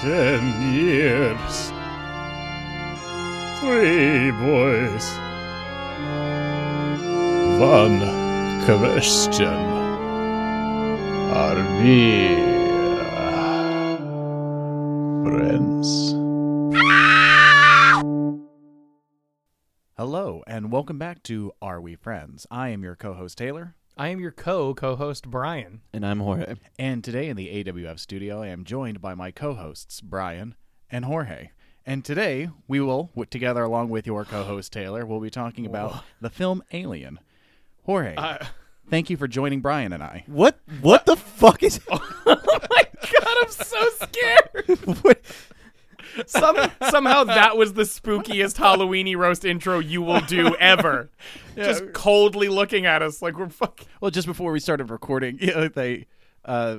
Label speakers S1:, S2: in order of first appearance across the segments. S1: ten years. Three boys. One question. Are we uh, friends?
S2: Hello, and welcome back to Are We Friends? I am your co host, Taylor,
S3: I am your co co host Brian.
S4: And I'm Jorge.
S2: and today in the AWF studio, I am joined by my co hosts, Brian and Jorge. And today, we will, w- together along with your co host, Taylor, we'll be talking about the film Alien. Jorge, thank you for joining Brian and I.
S4: What? What the fuck is?
S3: God, I'm so scared.
S4: what?
S3: Some, somehow that was the spookiest Halloweeny roast intro you will do ever. Just coldly looking at us like we're fucking.
S2: Well, just before we started recording, you know, they. Uh,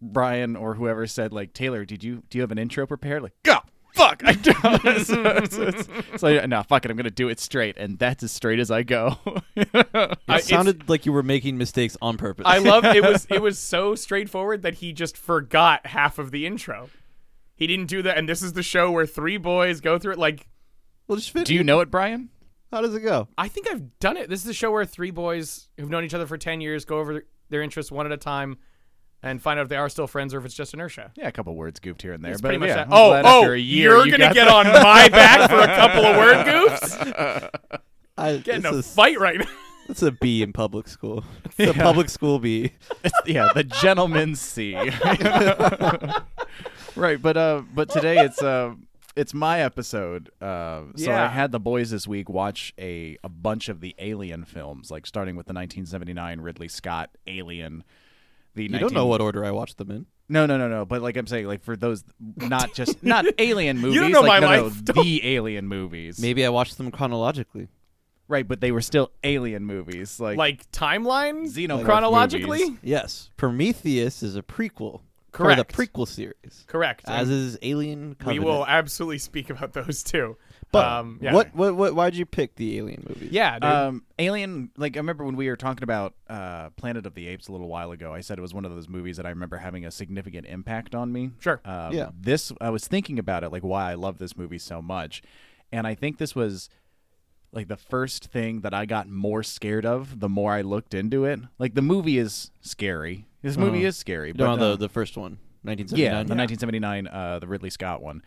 S2: Brian or whoever said like Taylor, did you do you have an intro prepared? Like, God, fuck, I don't. so, it's- it's like, no, fuck it, I'm gonna do it straight, and that's as straight as I go.
S4: It
S3: I- it's-
S4: sounded like you were making mistakes on purpose.
S3: I love it was it was so straightforward that he just forgot half of the intro. He didn't do that, and this is the show where three boys go through it. Like
S4: Well, just fit.
S2: do you know it, Brian?
S4: How does it go?
S3: I think I've done it. This is the show where three boys who've known each other for ten years go over their interests one at a time, and find out if they are still friends or if it's just inertia.
S2: Yeah, a couple words goofed here and there,
S3: It's
S2: but
S3: pretty much
S2: yeah,
S3: that.
S2: I'm
S3: Oh,
S2: glad
S3: oh,
S2: after a year
S3: you're
S2: you got
S3: gonna get
S2: that.
S3: on my back for a couple of word goofs?
S4: I,
S3: Getting
S4: it's
S3: a
S4: a,
S3: fight right now.
S4: It's a B in public school. It's a public school B.
S2: yeah, the gentleman C. right, but uh, but today it's uh, it's my episode. Uh, so I
S3: Yeah.
S2: had the boys this week watch a a bunch of the Alien films, like starting with the 1979 Ridley Scott Alien. The
S4: You don't know what order I watched them in.
S2: No, no, no, no. But like I'm saying, like for those not just not Alien movies,
S3: know
S2: like,
S3: my
S2: no,
S3: life,
S2: no, the Alien movies,
S4: Maybe I watched them chronologically.
S2: right? But they were still Alien movies, like
S3: Like timeline,
S2: Xenomorph
S3: chronologically,
S2: movies.
S4: Yes, Prometheus is a prequel. For
S3: Correct.
S4: the prequel series.
S3: correct.
S4: As is Alien.
S3: we
S4: Covenant.
S3: will absolutely speak about those too.
S4: But
S3: um, yeah.
S4: what? What? What? Why'd you pick the Alien movies?
S3: Yeah, dude.
S2: Um, Alien, like I remember when we were talking about uh, Planet of the Apes a little while ago, I said it was one of those movies that I remember having a significant impact on me.
S3: Sure.
S2: Um,
S4: Yeah.
S2: This, I was thinking about it, like why I love this movie so much, and I think this was like the first thing that I got more scared of the more I looked into it. Like the movie is scary. This
S3: Uh-huh.
S2: movie is scary.
S4: No,
S2: but,
S3: uh,
S4: the
S2: um,
S4: the first one,
S2: yeah,
S4: 1979.
S2: the 1979, uh, the Ridley Scott one.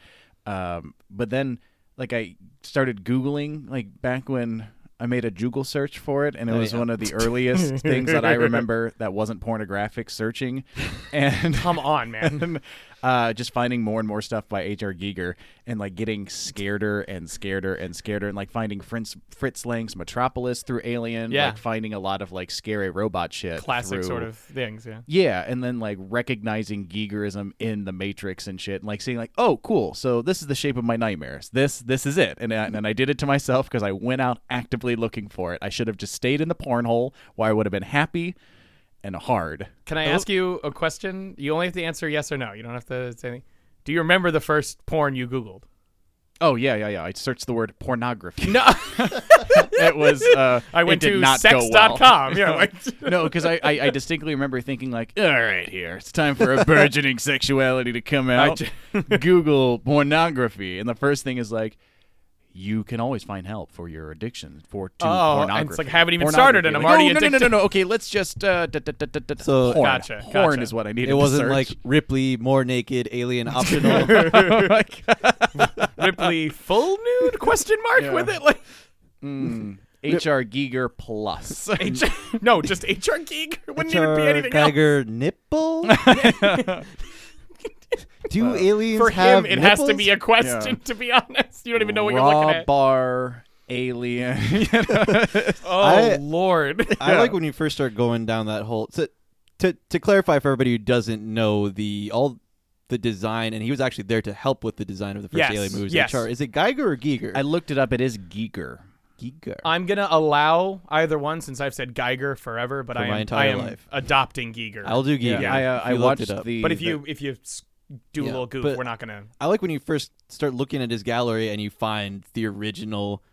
S2: Um, but then, like, I started Googling, like, back when I made a Google search for it, and it
S3: Oh,
S2: was
S4: yeah.
S2: one of the earliest things that I remember that wasn't pornographic searching. And.
S3: Come on, man.
S2: and, Uh, just finding more and more stuff by H.R. Giger and like getting scareder and scareder and scareder and like finding Fritz, Fritz Lang's Metropolis through Alien,
S3: Yeah.
S2: like finding a lot of like scary robot shit.
S3: Classic
S2: through-
S3: sort of things. Yeah.
S2: yeah, and then like recognizing Gigerism in the Matrix and shit, and like seeing like, oh, cool. So this is the shape of my nightmares. This this is it. And I, and I did it to myself because I went out actively looking for it. I should have just stayed in the porn hole where I would have been happy and hard.
S3: Can I ask you a question? You only have to answer yes or no. You don't have to say anything. Do you remember the first porn you Googled?
S2: Oh yeah, yeah, yeah. I searched the word pornography.
S3: No,
S2: it was. Uh,
S3: I
S2: it
S3: went
S2: did
S3: to
S2: not go well.
S3: sex.com. Yeah, like,
S2: no, because I, I, I distinctly remember thinking like, all right, here it's time for a burgeoning sexuality to come out. Google pornography, and the first thing is like, you can always find help for your addiction for to
S3: Oh, and it's
S2: pornography.
S3: like, I haven't even started and I'm
S2: Pornography. Like,
S3: already
S2: no, no, no,
S3: addicted.
S2: no, no. Okay, let's just uh, da, da, da, da, da,
S4: So-
S2: porn.
S3: Gotcha,
S2: Porn
S3: gotcha.
S2: is what I needed.
S4: It wasn't
S2: to
S4: like
S2: search.
S4: Ripley, more naked, alien optional.
S2: Oh
S3: Ripley full nude question mark
S2: Yeah.
S3: with it like
S4: mm.
S2: HR Hmm. Giger plus.
S3: no just HR geek wouldn't need to be
S4: Char-
S3: anything
S4: Geiger nipple? Do aliens
S3: else. for
S4: have
S3: him it has to
S4: nipples?
S3: be a question to be honest you don't even know what you're
S2: Raw
S3: looking at
S2: bar alien. You know?
S3: oh
S4: I-
S3: lord
S4: I like when you first start going down that hole. To, to to clarify for everybody who doesn't know the all the design, and he was actually there to help with the design of the first
S3: Yes,
S4: alien movies.
S3: yes.
S4: HR is it Geiger or Geiger?
S2: I looked it up. It is Giger.
S4: Geiger.
S3: I'm gonna allow either one since I've said Geiger forever but I
S4: my
S3: am,
S4: entire
S3: I am
S4: life.
S3: adopting Geiger
S4: I'll do Geiger.
S2: I, uh,
S4: if
S2: I
S4: you looked
S2: watched
S4: it up.
S2: the.
S3: but if
S2: the-
S3: you if you s- do a
S4: Yeah,
S3: little goof
S4: but-
S3: we're not gonna
S4: I like when you first start looking at his gallery and you find the original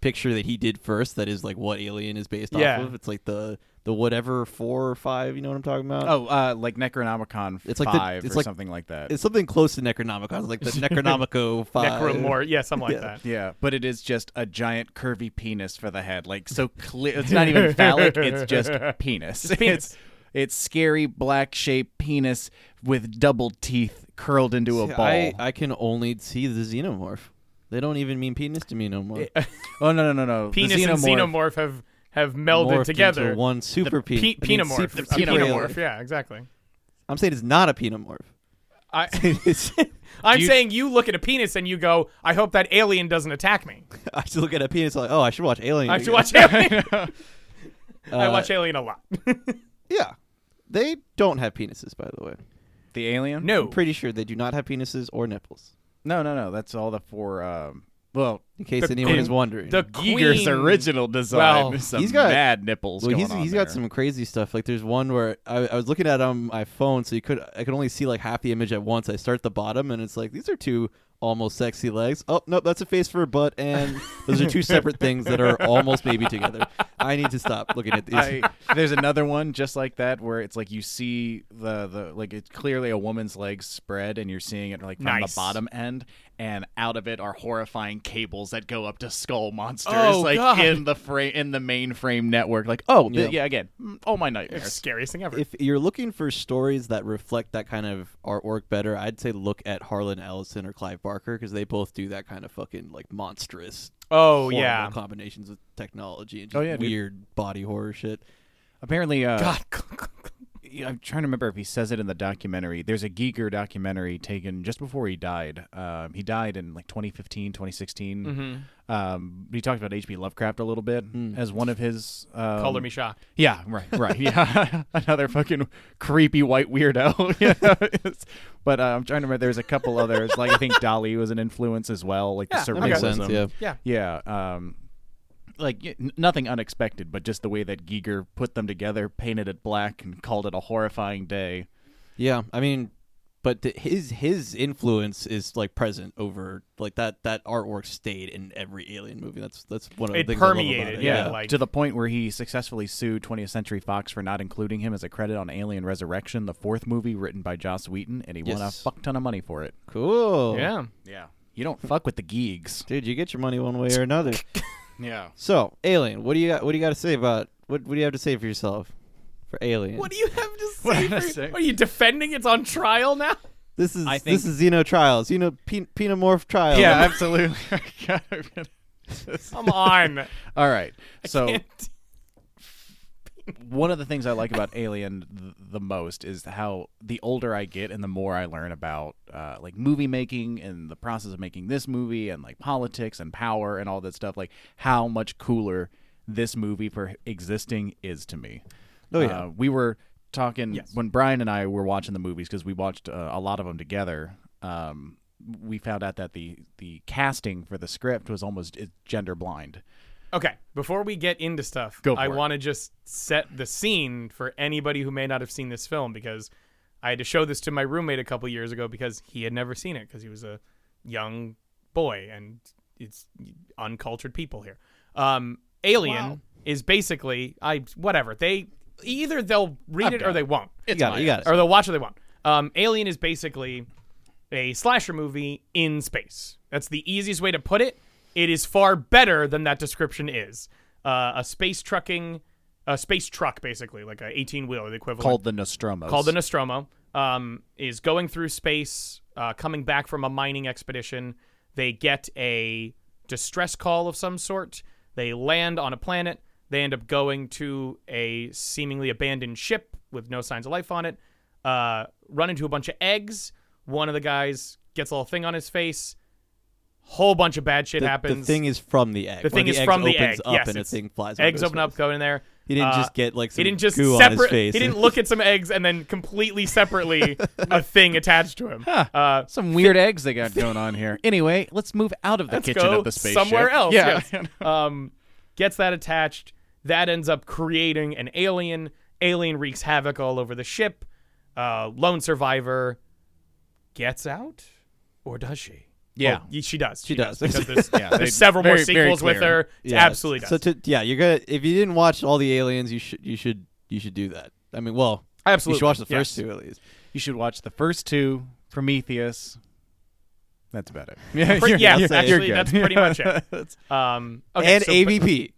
S4: picture that he did first that is like what alien is based
S3: Yeah.
S4: off of it's like the the whatever four or five. You know what I'm talking about?
S2: Oh, uh, like Necronomicon
S4: It's like the-
S2: five
S4: it's
S2: or
S4: like-
S2: something like that.
S4: it's something close to Necronomicon, like the Necronomico five.
S3: Necromorph. Yeah, something like
S4: Yeah.
S3: that.
S2: Yeah, but it is just a giant curvy penis for the head. Like so clear, it's not even phallic. It's just penis.
S3: penis.
S2: It's it's scary black shaped penis with double teeth curled into a
S4: See,
S2: ball.
S4: I, I can only see the xenomorph. They don't even mean penis to me no more.
S2: oh no no no no! The
S3: Penis and xenomorph have have melded
S4: Morphed
S3: together.
S4: into one super
S3: Pe-
S4: penis. I
S3: penomorph.
S4: mean,
S3: A
S4: super-
S2: penomorph.
S3: penomorph. Yeah, exactly.
S4: I'm saying it's not a penomorph.
S3: I,
S4: It's-
S3: I'm
S2: you-
S3: saying you look at a penis and you go, "I hope that alien doesn't attack me."
S4: I should look at a penis like, oh, I should watch Alien.
S3: I
S4: again.
S3: should watch Alien. I
S4: Uh,
S3: watch Alien a lot.
S4: Yeah, they don't have penises, by the way.
S2: The alien?
S3: no,
S4: I'm pretty sure they do not have penises or nipples.
S2: no no no. That's all the four. Um, well,
S4: In case
S3: The
S4: anyone
S3: queen-
S4: is wondering,
S3: the
S2: Giger's
S3: Queen-
S2: original design.
S3: Well,
S2: is some
S4: he's got-
S2: mad nipples.
S4: well,
S2: going
S4: he's
S2: on
S4: he's
S2: there.
S4: got some crazy stuff. Like there's one where I, I was looking at it on my phone, so you could I could only see like half the image at once. I start at the bottom, and it's like these are two almost sexy legs. Oh nope, that's a face for a butt, and those are two separate things that are almost maybe together. I need to stop looking at these.
S2: I, there's another one just like that where it's like you see the the like it's clearly a woman's legs spread and you're seeing it like from
S3: Nice.
S2: the bottom end and out of it are horrifying cables that go up to skull monsters
S3: Oh,
S2: like
S3: God.
S2: in the frame in the mainframe network like oh th-
S4: Yeah.
S2: yeah. again mm, oh my
S3: It's the
S2: nightmares
S3: scariest thing ever.
S4: if you're looking for stories that reflect that kind of artwork better, I'd say look at Harlan Ellison or Clive Barker because they both do that kind of fucking like monstrous.
S3: oh
S4: horrible
S3: yeah.
S4: combinations with technology and just
S2: Oh, yeah, dude.
S4: weird body horror shit.
S2: apparently uh
S3: God.
S2: yeah, I'm trying to remember if he says it in the documentary. There's a Giger documentary taken just before he died. Um, he died in like 2015, 2016.
S3: Mm-hmm.
S2: Um, he talked about H.P. Lovecraft a little bit as one of his um,
S3: Mm. Color me shocked.
S2: Yeah, right, right. Yeah, another fucking creepy white weirdo. you know? It's- but uh, I'm trying to remember. There's a couple others. Like I think Dolly was an influence as well. Like
S3: Yeah,
S2: the
S3: that
S2: surrealism.
S3: makes
S4: yeah.
S3: Yeah.
S2: Yeah, um, like y- n- nothing unexpected, but just the way that Giger put them together, painted it black, and called it a horrifying day.
S4: Yeah, I mean, but th- his his influence is like present over like that that artwork stayed in every Alien movie. That's that's one of the
S3: It
S4: things I love about
S3: permeated,
S4: it.
S3: yeah, like-
S2: to the point where he successfully sued 20th Century Fox for not including him as a credit on Alien Resurrection, the fourth movie written by Joss Wheaton, and he won a
S4: Yes.
S2: fuck ton of money for it.
S4: cool.
S3: Yeah.
S2: Yeah, you don't fuck with the Gigs.
S4: dude, you get your money one way or another.
S2: Yeah.
S4: so, Alien, what do you got? What do you got to say about what? What do you have to say for yourself for Alien?
S3: What do you have to
S2: What
S3: say?
S2: did I
S3: for-
S2: say?
S3: Are you defending it's on trial now?
S4: this is
S2: I
S4: this is Xeno trials. You know, Pen- Penomorph trials.
S2: Yeah, absolutely.
S3: Come on.
S2: All right. So
S3: Can't-
S2: one of the things I like about Alien th- the most is how the older I get and the more I learn about uh, like movie making and the process of making this movie and like politics and power and all that stuff. Like how much cooler this movie for existing is to me.
S4: Oh, yeah.
S2: Uh, we were talking when Brian and I were watching the movies because we watched uh, a lot of them together. Um, we found out that the the casting for the script was almost uh, gender blind.
S3: Okay, before we get into stuff,
S2: Go for
S3: I
S2: it.
S3: want to just set the scene for anybody who may not have seen this film because I had to show this to my roommate a couple years ago because he had never seen it because he was a young boy and it's uncultured people here. Um, Alien is basically I whatever they either they'll read it or they won't
S4: you got it. You got it.
S3: or they'll watch or they won't. Um, Alien is basically a slasher movie in space. That's the easiest way to put it. It is far better than that description is. Uh, a space trucking, a space truck, basically, like a 18 wheeler, the equivalent
S2: called the Nostromo.
S3: called the Nostromo, um, is going through space, uh, coming back from a mining expedition. They get a distress call of some sort. They land on a planet. They end up going to a seemingly abandoned ship with no signs of life on it. Uh, run into a bunch of eggs. One of the guys gets a little thing on his face. Whole bunch of bad shit
S4: The,
S3: happens.
S4: the thing is from the egg. One
S3: The thing
S4: of
S3: is
S4: eggs
S3: from the
S4: opens
S3: egg.
S4: Up
S3: yes,
S4: and a
S3: it's-
S4: thing flies.
S3: Eggs
S4: over his
S3: open up,
S4: face.
S3: go in there.
S4: He didn't
S3: Uh,
S4: just get like some
S3: he didn't just
S4: goo
S3: separate.
S4: on his face.
S3: He didn't look at some eggs and then completely separately a thing attached to him. Uh,
S2: Some weird eggs they got going on here. Anyway, let's move out of the
S3: let's
S2: kitchen
S3: go
S2: of the spaceship.
S3: somewhere else.
S2: Yeah.
S3: yes. um, gets that attached. That ends up creating an alien. Alien wreaks havoc all over the ship. Uh, lone survivor gets out, or does she?
S2: Yeah.
S3: Oh, she does. She,
S4: does.
S3: because there's,
S2: Yeah, they-
S3: there's several more
S2: very- very
S3: sequels with
S2: clear.
S3: her. It absolutely does.
S4: So to, yeah, you're gonna if you didn't watch all the aliens, you should you should you should do that. I mean, well,
S3: Absolutely.
S4: you should watch the
S3: yes.
S4: first two at least.
S2: You should watch the first two, Prometheus. That's about it. Yeah,
S3: Pre-
S2: you're-
S3: yeah,
S2: you're-
S3: actually,
S2: you're good.
S3: that's pretty much it. Um, okay,
S4: and
S3: so- oh,
S4: AVP.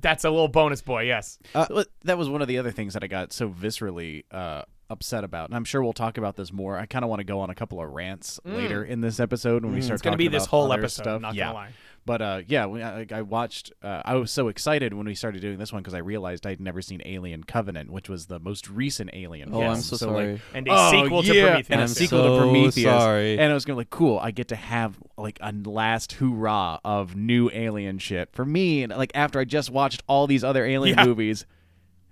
S3: That's a little bonus, boy. Yes.
S2: Uh, Well, that was one of the other things that I got so viscerally uh, upset about, and I'm sure we'll talk about this more. I kind of want to go on a couple of rants later in this episode when we start.
S3: Mm. It's gonna
S2: talking
S3: be this
S2: about
S3: whole
S2: other
S3: episode,
S2: Stuff.
S3: not
S2: yeah.
S3: gonna lie.
S2: But uh, yeah, when I, I watched. Uh, I was so excited when we started doing this one because I realized I'd never seen Alien Covenant, which was the most recent Alien.
S4: Oh,
S2: film.
S4: I'm so
S2: like,
S4: sorry.
S3: And a
S2: oh,
S3: sequel to
S2: yeah,
S3: Prometheus.
S2: And a
S4: I'm
S2: sequel
S4: so
S2: to Prometheus.
S4: sorry.
S2: And I was gonna like, cool. I get to have like a last hoorah of new Alien shit for me. And like after I just watched all these other Alien
S3: Yeah.
S2: movies,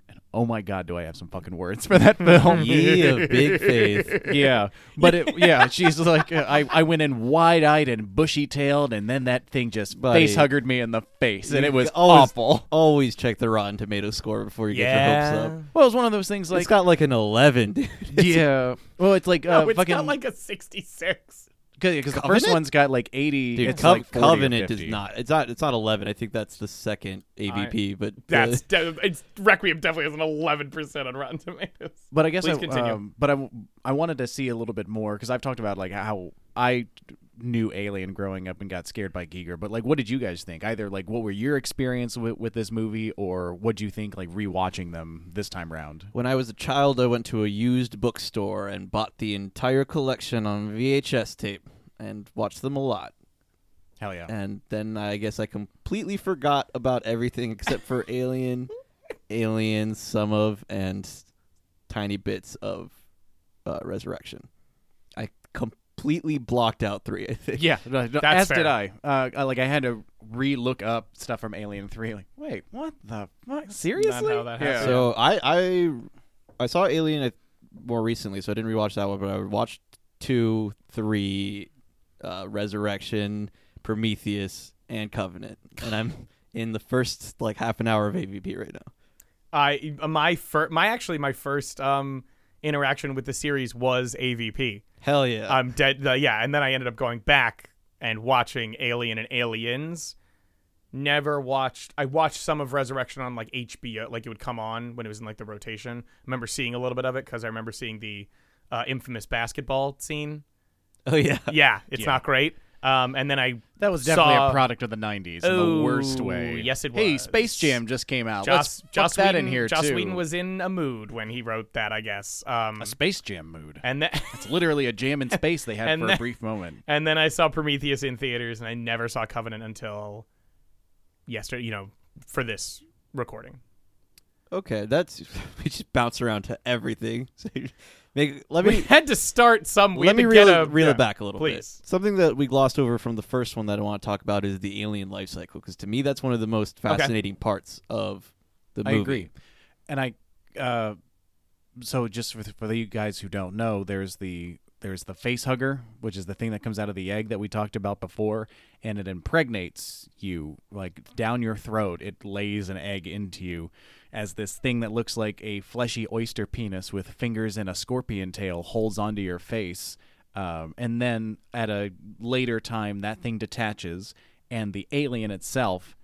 S2: and oh my god, do I have some fucking words for that film?
S4: yeah, big faith.
S2: yeah, but it, yeah, she's like, uh, I, I went in wide eyed and bushy tailed, and then that thing just
S4: Buddy.
S2: face huggered me in the face, and
S4: You
S2: it was
S4: always-
S2: awful.
S4: Always check the Rotten Tomato score before you get your
S3: Yeah.
S4: hopes up.
S2: Well, it was one of those things like,
S4: it's got like an 11, dude.
S2: yeah, well, it's like uh,
S3: no, it's
S2: fucking
S3: not like a 66.
S2: because the first
S4: Covenant?
S2: one's got like eighty.
S4: Dude,
S2: it's
S4: Co-
S2: like 40 or
S4: Covenant is
S2: 50.
S4: not. It's not. It's not 11. I think that's the second AVP. but
S3: That's
S4: the,
S3: de- it's Requiem definitely has an 11% on Rotten Tomatoes.
S2: But I guess
S3: Please
S2: I,
S3: continue.
S2: um, but I, I wanted to see a little bit more because I've talked about like how I knew Alien growing up and got scared by Giger. But like, what did you guys think? Either like, what were your experience with, with this movie, or what do you think like rewatching them this time round?
S4: when I was a child, I went to a used bookstore and bought the entire collection on VHS tape and watched them a lot.
S2: Hell yeah!
S4: And then I guess I completely forgot about everything except for Alien, Alien, some of, and tiny bits of uh, Resurrection. I completely blocked out three. I think.
S2: Yeah, no, no, as
S3: That's
S2: did
S3: fair.
S2: I. Uh, I- like I had to re-look up stuff from Alien Three. Like, wait, what the fuck? Seriously?
S3: how that
S2: yeah.
S3: happened.
S4: So I I I saw Alien uh, more recently, so I didn't rewatch that one, but I watched two, three, uh, Resurrection, Prometheus, and Covenant, and I'm in the first like half an hour of AVP right now.
S3: I my fir- my actually my first um interaction with the series was AVP.
S4: Hell yeah!
S3: I'm dead. The, yeah, and then I ended up going back and watching Alien and Aliens. Never watched. I watched some of Resurrection on like HBO. Like it would come on when it was in like the rotation. I remember seeing a little bit of it because I remember seeing the uh, infamous basketball scene.
S4: oh yeah.
S3: Yeah, it's
S2: Yeah.
S3: not great. Um, and then I
S2: That was definitely
S3: saw,
S2: a product of the '90s in
S3: Oh,
S2: the worst way.
S3: yes, it
S2: Hey,
S3: was.
S2: Space Jam just came out. Let's
S3: Joss,
S2: put
S3: Joss
S2: that
S3: Whedon,
S2: in here
S3: Joss
S2: too.
S3: Whedon was in a mood when he wrote that, I guess. Um,
S2: a Space Jam mood.
S3: and then
S2: It's literally a jam in space they had
S3: And
S2: for a
S3: then-
S2: brief moment.
S3: and then I saw Prometheus in theaters, and I never saw Covenant until yesterday. You know, for this recording.
S4: Okay, that's we just bounce around to everything. So you- make, let
S3: we
S4: me
S3: had to start some. We
S4: let
S3: had
S4: me
S3: to
S4: reel,
S3: get a,
S4: it, reel
S3: yeah,
S4: it back a little
S3: please.
S4: bit. Something that we glossed over from the first one that I want to talk about is the alien life cycle, because to me that's one of the most fascinating parts of the
S2: I
S4: movie.
S2: agree. And I, uh, so just for, for you guys who don't know, there's the there's the face hugger, which is the thing that comes out of the egg that we talked about before, and it impregnates you like down your throat. It lays an egg into you as this thing that looks like a fleshy oyster penis with fingers and a scorpion tail holds onto your face. Um, and then at a later time, that thing detaches, and the alien itself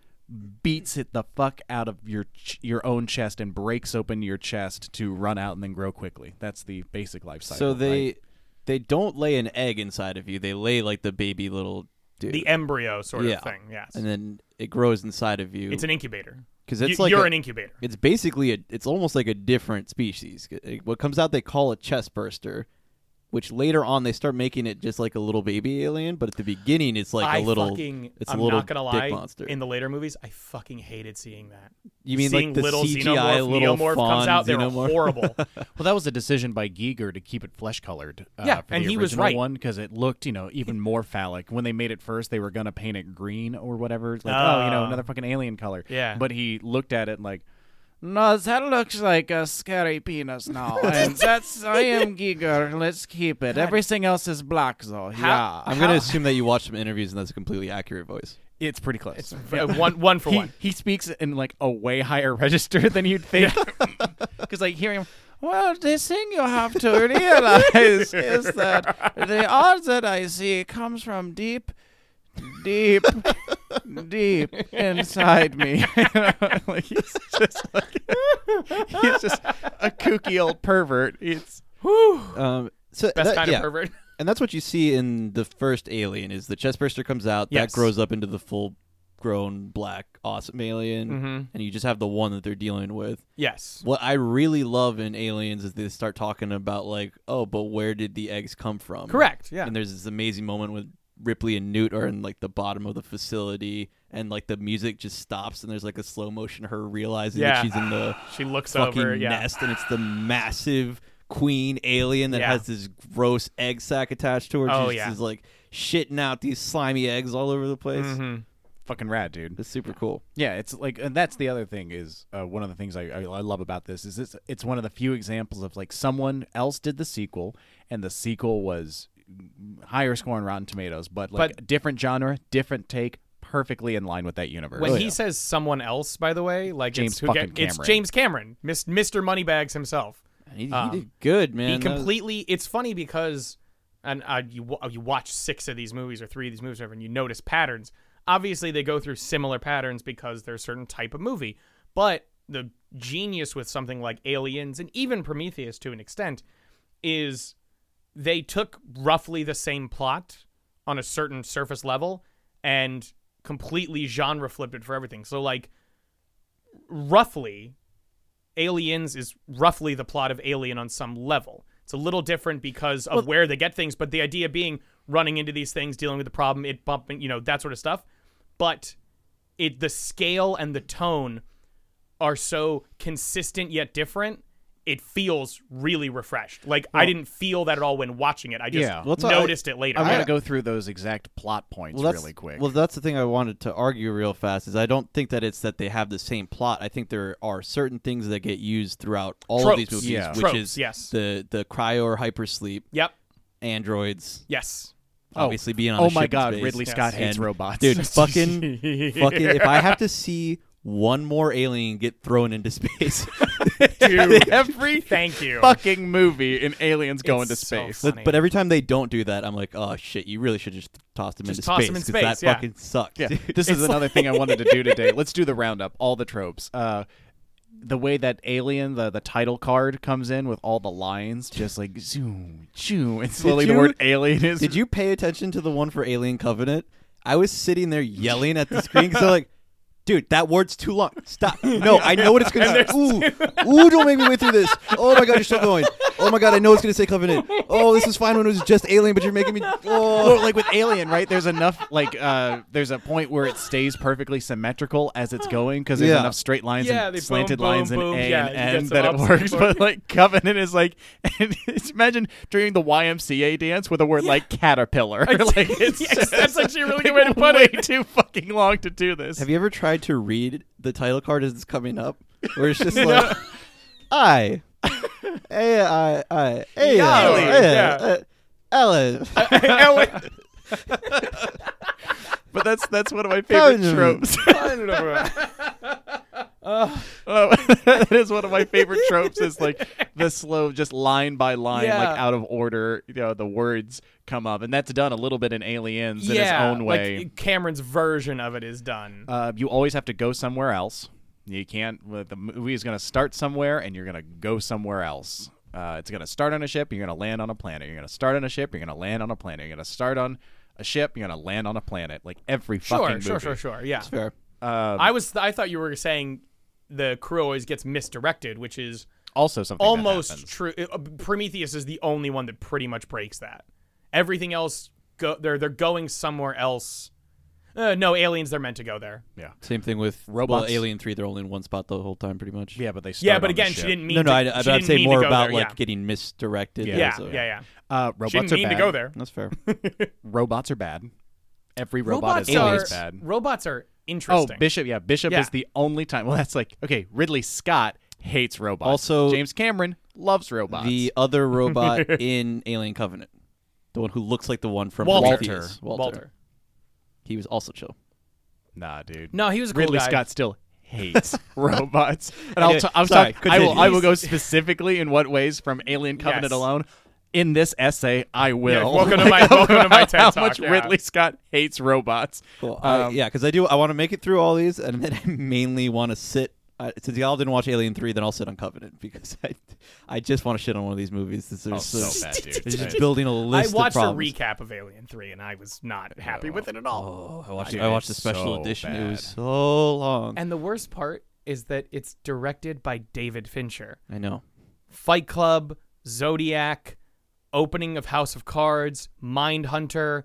S2: beats it the fuck out of your ch- your own chest and breaks open your chest to run out and then grow quickly. That's the basic life cycle.
S4: So they
S2: right?
S4: they don't lay an egg inside of you. They lay like the baby little dude,
S3: The embryo sort
S4: Yeah.
S3: of thing. Yes,
S4: and then it grows inside of you.
S3: it's an incubator.
S4: because
S3: You-
S4: it's like
S3: you're
S4: a-
S3: an incubator.
S4: It's basically a. It's almost like a different species. It- What comes out they call a chest burster, which later on they start making it just like a little baby alien. But at the beginning, it's like
S3: I
S4: a little.
S3: fucking.
S4: it's a
S3: I'm
S4: little
S3: not gonna
S4: dick
S3: lie.
S4: monster.
S3: In the later movies, I fucking hated seeing that.
S4: you mean
S3: seeing
S4: like the
S3: little
S4: CGI
S3: xenomorph,
S4: little
S3: neomorph
S4: fawn
S3: comes out? They were
S4: xenomorph?
S3: horrible.
S2: well, that was a decision by Giger to keep it flesh colored. Uh,
S3: Yeah,
S2: for
S3: and
S2: the
S3: he
S2: original
S3: was right.
S2: one because it looked you know even more phallic. When they made it first, they were gonna paint it green or whatever. It's Like oh, you know
S3: Ah.
S2: another fucking alien color.
S3: Yeah.
S2: but he looked at it like. No, that looks like a scary penis now, and that's I am Giger. Let's keep it. Everything else is black, though.
S3: How-
S4: I'm gonna assume that you watched some interviews and that's a completely accurate voice.
S2: yeah, it's pretty close.
S3: Uh, one, one for
S2: he,
S3: one.
S2: he speaks in like a way higher register than you'd think. Because like hearing him, well, this thing you have to realize is that the art that I see comes from deep, deep, deep inside me. like he's just like he's just a kooky old pervert. It's
S4: Um, so
S3: Best
S4: that-
S3: kind
S4: yeah.
S3: of pervert.
S4: And that's what you see in the first Alien is the chestburster comes out that
S3: Yes.
S4: grows up into the full grown black awesome alien
S3: Mm-hmm.
S4: and you just have the one that they're dealing with.
S3: Yes.
S4: What I really love in Aliens is they start talking about like, oh, but where did the eggs come from?
S3: Correct. Yeah.
S4: And there's this amazing moment with Ripley and Newt are in like the bottom of the facility and like the music just stops and there's like a slow motion of her realizing
S3: Yeah.
S4: that she's in the
S3: She looks
S4: fucking
S3: over. Yeah.
S4: nest, and it's the massive queen alien that
S3: Yeah.
S4: has this gross egg sack attached to her.
S3: Oh,
S4: She's
S3: yeah.
S4: just like shitting out these slimy eggs all over the place.
S3: Mhm.
S2: fucking rad, dude.
S4: It's super cool.
S2: Yeah, it's like, and that's the other thing is uh, one of the things I, I, I love about this is it's it's one of the few examples of like someone else did the sequel, and the sequel was higher score on Rotten Tomatoes, but like
S3: But-
S2: different genre, different take, perfectly in line with that universe.
S4: Oh,
S2: Oh,
S3: When he says someone else, by the way, like
S2: James
S3: it's who
S2: fucking
S3: get- it's
S2: Cameron.
S3: James Cameron, Mis- Mr. Moneybags himself.
S4: He, he
S3: Um,
S4: did good, man.
S3: he
S4: That was-
S3: completely. It's funny because, and uh, you wa- you watch six of these movies or three of these movies, whatever, and you notice patterns. Obviously, they go through similar patterns because they're a certain type of movie. But the genius with something like Aliens and even Prometheus to an extent is they took roughly the same plot on a certain surface level and completely genre flipped it for everything. So like roughly Aliens is roughly the plot of Alien on some level. It's a little different because of where they get things, but the idea being running into these things, dealing with the problem, it bumping, you know, that sort of stuff. But it the scale and the tone are so consistent yet different. It feels really refreshed. Like I didn't feel that at all when watching it. I just
S2: Yeah. uh,
S4: Well, that's what I-
S3: noticed it later.
S2: I'm gonna go through those exact plot points
S4: that's-
S2: really quick.
S4: Well, that's the thing I wanted to argue real fast is I don't think that it's that they have the same plot. I think there are certain things that get used throughout all of these
S3: Tropes.
S4: movies,
S2: Yeah.
S4: which
S3: Tropes,
S4: is
S3: yes.
S4: the the cryo or hypersleep,
S3: yep.
S4: androids,
S3: Yes.
S4: obviously being on.
S2: oh
S4: a
S2: my
S4: ship in
S2: god,
S4: space.
S2: Ridley
S3: Yes.
S2: Scott hates
S4: And,
S2: robots,
S4: dude. fucking, fucking. If I have to see one more alien get thrown into space,
S3: Dude,
S2: Every
S3: thank you.
S2: fucking movie in aliens go
S3: It's
S2: into
S3: so
S2: space.
S3: funny.
S4: but every time they don't do that, I'm like, oh shit, you really should just toss them
S3: Just
S4: into
S3: toss
S4: space
S3: them in
S4: 'cause
S3: space,
S4: that
S3: yeah.
S4: fucking sucked.
S2: Yeah,
S4: dude.
S2: this is another thing I wanted to do today. Let's do the roundup. All the tropes. Uh, the way that Alien, the, the title card comes in with all the lines, just like zoom, choo, and slowly the
S4: you-
S2: word Alien is.
S4: Did you pay attention to the one for Alien Covenant? I was sitting there yelling at the screen because they're like, dude, that word's too long. Stop. No, I know what it's going to say. Ooh, ooh, don't make me wait through this. Oh my God, you're still going. Oh my God, I know it's going to say Covenant. Oh, this was fine when it was just Alien, but you're making me. Oh.
S2: Well, like with Alien, right? There's enough like uh, there's a point where it stays perfectly symmetrical as it's going because there's
S4: Yeah.
S2: enough straight lines
S3: Yeah,
S2: and
S3: they boom,
S2: slanted
S3: boom,
S2: lines
S3: boom.
S2: and A
S3: Yeah, you get
S2: and N
S3: some
S2: that it
S3: ups and
S2: works.
S3: bones.
S2: But like Covenant is like, and it's, imagine during the YMCA dance with a word like caterpillar. like it's
S3: Yes, that's actually a really good way
S2: like,
S3: to put
S2: way
S3: it.
S2: too fucking long to do this.
S4: Have you ever tried to read the title card as it's coming up? Where it's just like, I. Hey, I, I, hey,
S3: Golly, yeah.
S4: Ellen.
S3: Ellen.
S2: But that's that's one of my favorite
S4: Covenant.
S2: tropes. Oh, that is one of my favorite tropes. Is like the slow, just line by line,
S3: Yeah.
S2: like out of order. You know, the words come up, and that's done a little bit in Aliens in its
S3: yeah,
S2: own way.
S3: Like Cameron's version of it is done.
S2: uh, you always have to go somewhere else. You can't. well, The movie is going to start somewhere, and you're going to go somewhere else. Uh, it's going to start on a ship. You're going to land on a planet. You're going to start on a ship. You're going to land on a planet. You're going to start on a ship. You're going to land on a planet. Like every
S3: sure,
S2: fucking movie. Um,
S3: sure, sure, sure. Yeah.
S4: Fair.
S3: I was I thought you were saying the crew always gets misdirected, which is
S2: Also, something that
S3: almost
S2: happens.
S3: true. uh, Prometheus is the only one that pretty much breaks that. Everything else go they're they're going somewhere else. Uh, no, aliens they're meant to go there.
S2: Yeah.
S4: Same thing with
S2: Robots.
S4: Well, Alien Three, they're only in one spot the whole time, pretty much.
S2: Yeah, but they. Start
S3: Yeah, but
S2: on the
S3: again, she
S2: ship.
S3: didn't mean
S4: No, no,
S3: to,
S4: I, I'd,
S3: she
S4: I'd
S3: didn't
S4: say
S3: mean
S4: more
S3: to go
S4: about
S3: there,
S4: like
S3: yeah.
S4: getting misdirected.
S2: Yeah.
S3: yeah,
S4: so-
S3: yeah, yeah.
S2: Uh,
S3: She
S2: robots
S3: didn't
S2: are bad.
S3: mean to go there.
S4: That's fair.
S2: Robots are bad. Every robot
S3: robots
S2: is always
S3: are
S2: bad.
S3: robots are
S2: Oh,
S3: interesting.
S2: Bishop. Yeah, Bishop
S3: Yeah.
S2: is the only time. Well, that's like okay. Ridley Scott hates robots.
S4: Also-
S2: James Cameron loves robots.
S4: the other robot in Alien Covenant, the one who looks like the one from
S3: Walter.
S4: Prometheus. Walter.
S3: Walter.
S4: He was also chill.
S2: nah, dude.
S3: No, he was a cool
S2: Ridley
S3: guy.
S2: Scott still hates robots. And I'll
S4: Anyway,
S2: t- I'm
S4: sorry,
S2: sorry. I will.
S4: continue.
S2: I will go specifically in what ways from Alien Covenant
S3: Yes.
S2: alone. in this essay, I will.
S3: welcome to my- welcome to my TED
S2: How
S3: Talk,
S2: much
S3: yeah.
S2: Ridley Scott hates robots.
S4: Cool. I-
S3: Um,
S4: yeah, because I do. I want to make it through all these, and then I mainly want to sit. I since y'all didn't watch Alien Three, then I'll sit on Covenant because I, I just want to shit on one of these movies. This is
S2: Oh, so bad, dude.
S4: It's just building a
S3: I
S4: list.
S3: watched
S4: of
S3: a
S4: problems.
S3: recap of Alien 3 and I was not happy with it at all.
S4: Oh, I watched.
S2: Dude,
S4: I watched the
S2: it's
S4: special
S2: so
S4: edition.
S2: bad.
S4: It was so long.
S3: And the worst part is that it's directed by David Fincher.
S4: I know.
S3: Fight Club, Zodiac, opening of House of Cards, Mindhunter,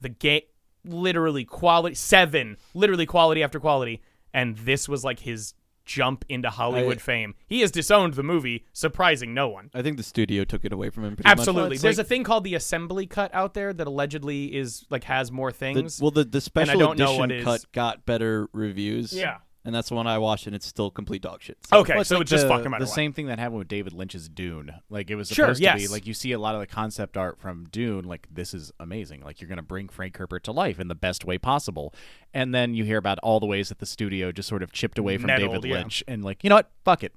S3: the game literally quality 7, literally quality after quality and this was like his jump into Hollywood
S4: I-
S3: fame. He has disowned the movie, surprising no one.
S4: I think the studio took it away from him. Pretty
S3: Absolutely. There's a thing called the assembly cut out there that allegedly is like has more things.
S4: The, well, the, the
S3: and I
S4: special
S3: don't know
S4: edition
S3: what is-
S4: cut got better reviews.
S3: Yeah. Oh,
S4: and that's the one I watched, and it's still complete dog shit. So-
S3: okay,
S2: Well,
S3: so
S2: like
S3: it's just
S2: the,
S3: fucking matter
S2: the
S3: what.
S2: same thing that happened with David Lynch's Dune. Like it was
S3: Sure,
S2: supposed to be
S3: yes.
S2: like you see a lot of the concept art from Dune. Like this is amazing. Like you're gonna bring Frank Herbert to life in the best way possible. And then you hear about all the ways that the studio just sort of chipped away from
S3: Meddled,
S2: David
S3: yeah.
S2: Lynch and like you know what, fuck it.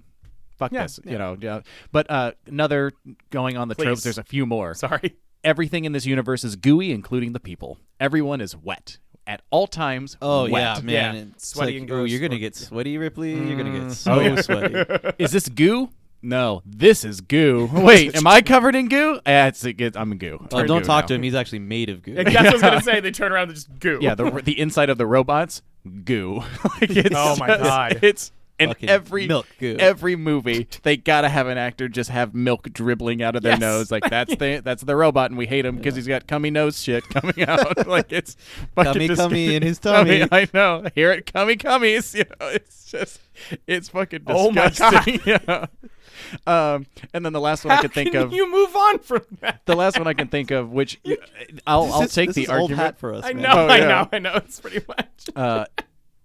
S2: Fuck
S3: Yeah,
S2: this, you know. Yeah. But uh, another going on the tropes.
S3: Please.
S2: There's a few more.
S3: Sorry.
S2: Everything in this universe is gooey, including the people. Everyone is wet at all times.
S4: Oh
S2: wet.
S4: yeah, man.
S3: Yeah.
S4: It's
S3: Sweaty
S4: like,
S3: and
S4: ooh,
S3: gross. Mm. Oh,
S4: you're gonna get sweaty, Ripley. You're gonna get so sweaty.
S2: Is this goo? No, this is goo. Wait, am I covered in goo? Eh, it's, it gets, I'm goo.
S4: Well,
S2: I'm
S4: Oh, don't
S2: goo
S4: talk
S2: now.
S4: to him. He's actually made of goo.
S3: That's what I was gonna say. They turn around and just goo.
S2: Yeah, the the inside of the robots, goo. Like, it's
S3: Oh my
S2: just-
S3: God.
S2: It's in
S4: Fucking
S2: every
S4: milk goo.
S2: every movie they gotta have an actor just have milk dribbling out of their
S3: Yes.
S2: nose. Like that's the that's the robot, and we hate him because he's got cummy nose shit coming out. like it's fucking
S4: Cummy,
S2: disgusting.
S4: cummy in his
S2: Cummy,
S4: tummy.
S2: I know. Hear it, cummy cummies. You know, it's just it's fucking
S3: Oh my
S2: disgusting. yeah. Um, and then the last one I
S3: How
S2: could think
S3: can
S2: of.
S3: you move on from that?
S2: the last one I can think of, which I'll,
S4: This
S2: I'll
S4: is-
S2: take
S4: this
S2: the
S4: is
S2: argument
S4: old hat for us.
S3: I
S4: man.
S3: know,
S2: Oh,
S3: I
S2: yeah.
S3: know, I know. It's pretty much.
S2: uh,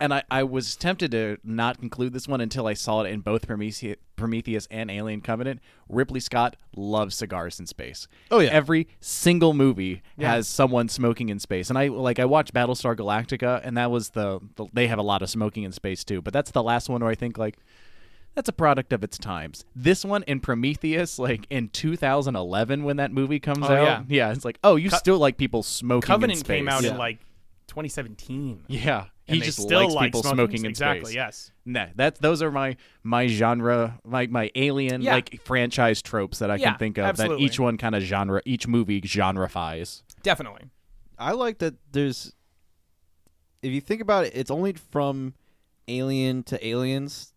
S2: and I, I was tempted to not conclude this one until I saw it in both Prometheus, Prometheus and Alien Covenant. Ripley Scott loves cigars in space.
S4: Oh, yeah.
S2: every single movie has someone smoking in space. And I like I watched Battlestar Galactica, and that was the, the they have a lot of smoking in space too. But that's the last one where I think like. That's a product of its times. This one in Prometheus, like in 2011, when that movie comes
S3: Oh,
S2: out,
S3: yeah.
S2: it's like, oh, you still like people smoking. in
S3: Covenant
S2: space.
S3: came out
S4: Yeah.
S3: in like 2017.
S2: Yeah,
S3: And
S2: he
S3: they
S2: just
S3: still
S2: likes
S3: like
S2: people
S3: smoking,
S2: smoking in
S3: exactly,
S2: space.
S3: yes.
S2: Nah, that those are my my genre, my my alien
S3: Yeah.
S2: like franchise tropes that I
S3: Yeah,
S2: can think of.
S3: absolutely.
S2: That each one kind of genre, each movie genreifies.
S3: Definitely.
S4: I like that. There's, if you think about it, it's only from Alien to Aliens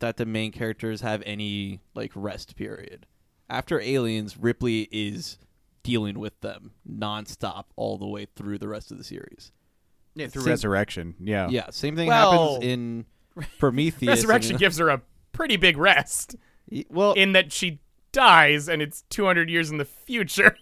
S4: that the main characters have any like rest period. After Aliens, Ripley is dealing with them nonstop all the way through the rest of the series.
S2: Yeah,
S4: through
S2: through
S4: Same-
S2: resurrection. Yeah,
S4: Yeah, same thing
S3: Well-
S4: happens in Prometheus.
S3: Resurrection
S4: and-
S3: gives her a pretty big rest
S4: well,
S3: in that she dies and it's 200 years in the future.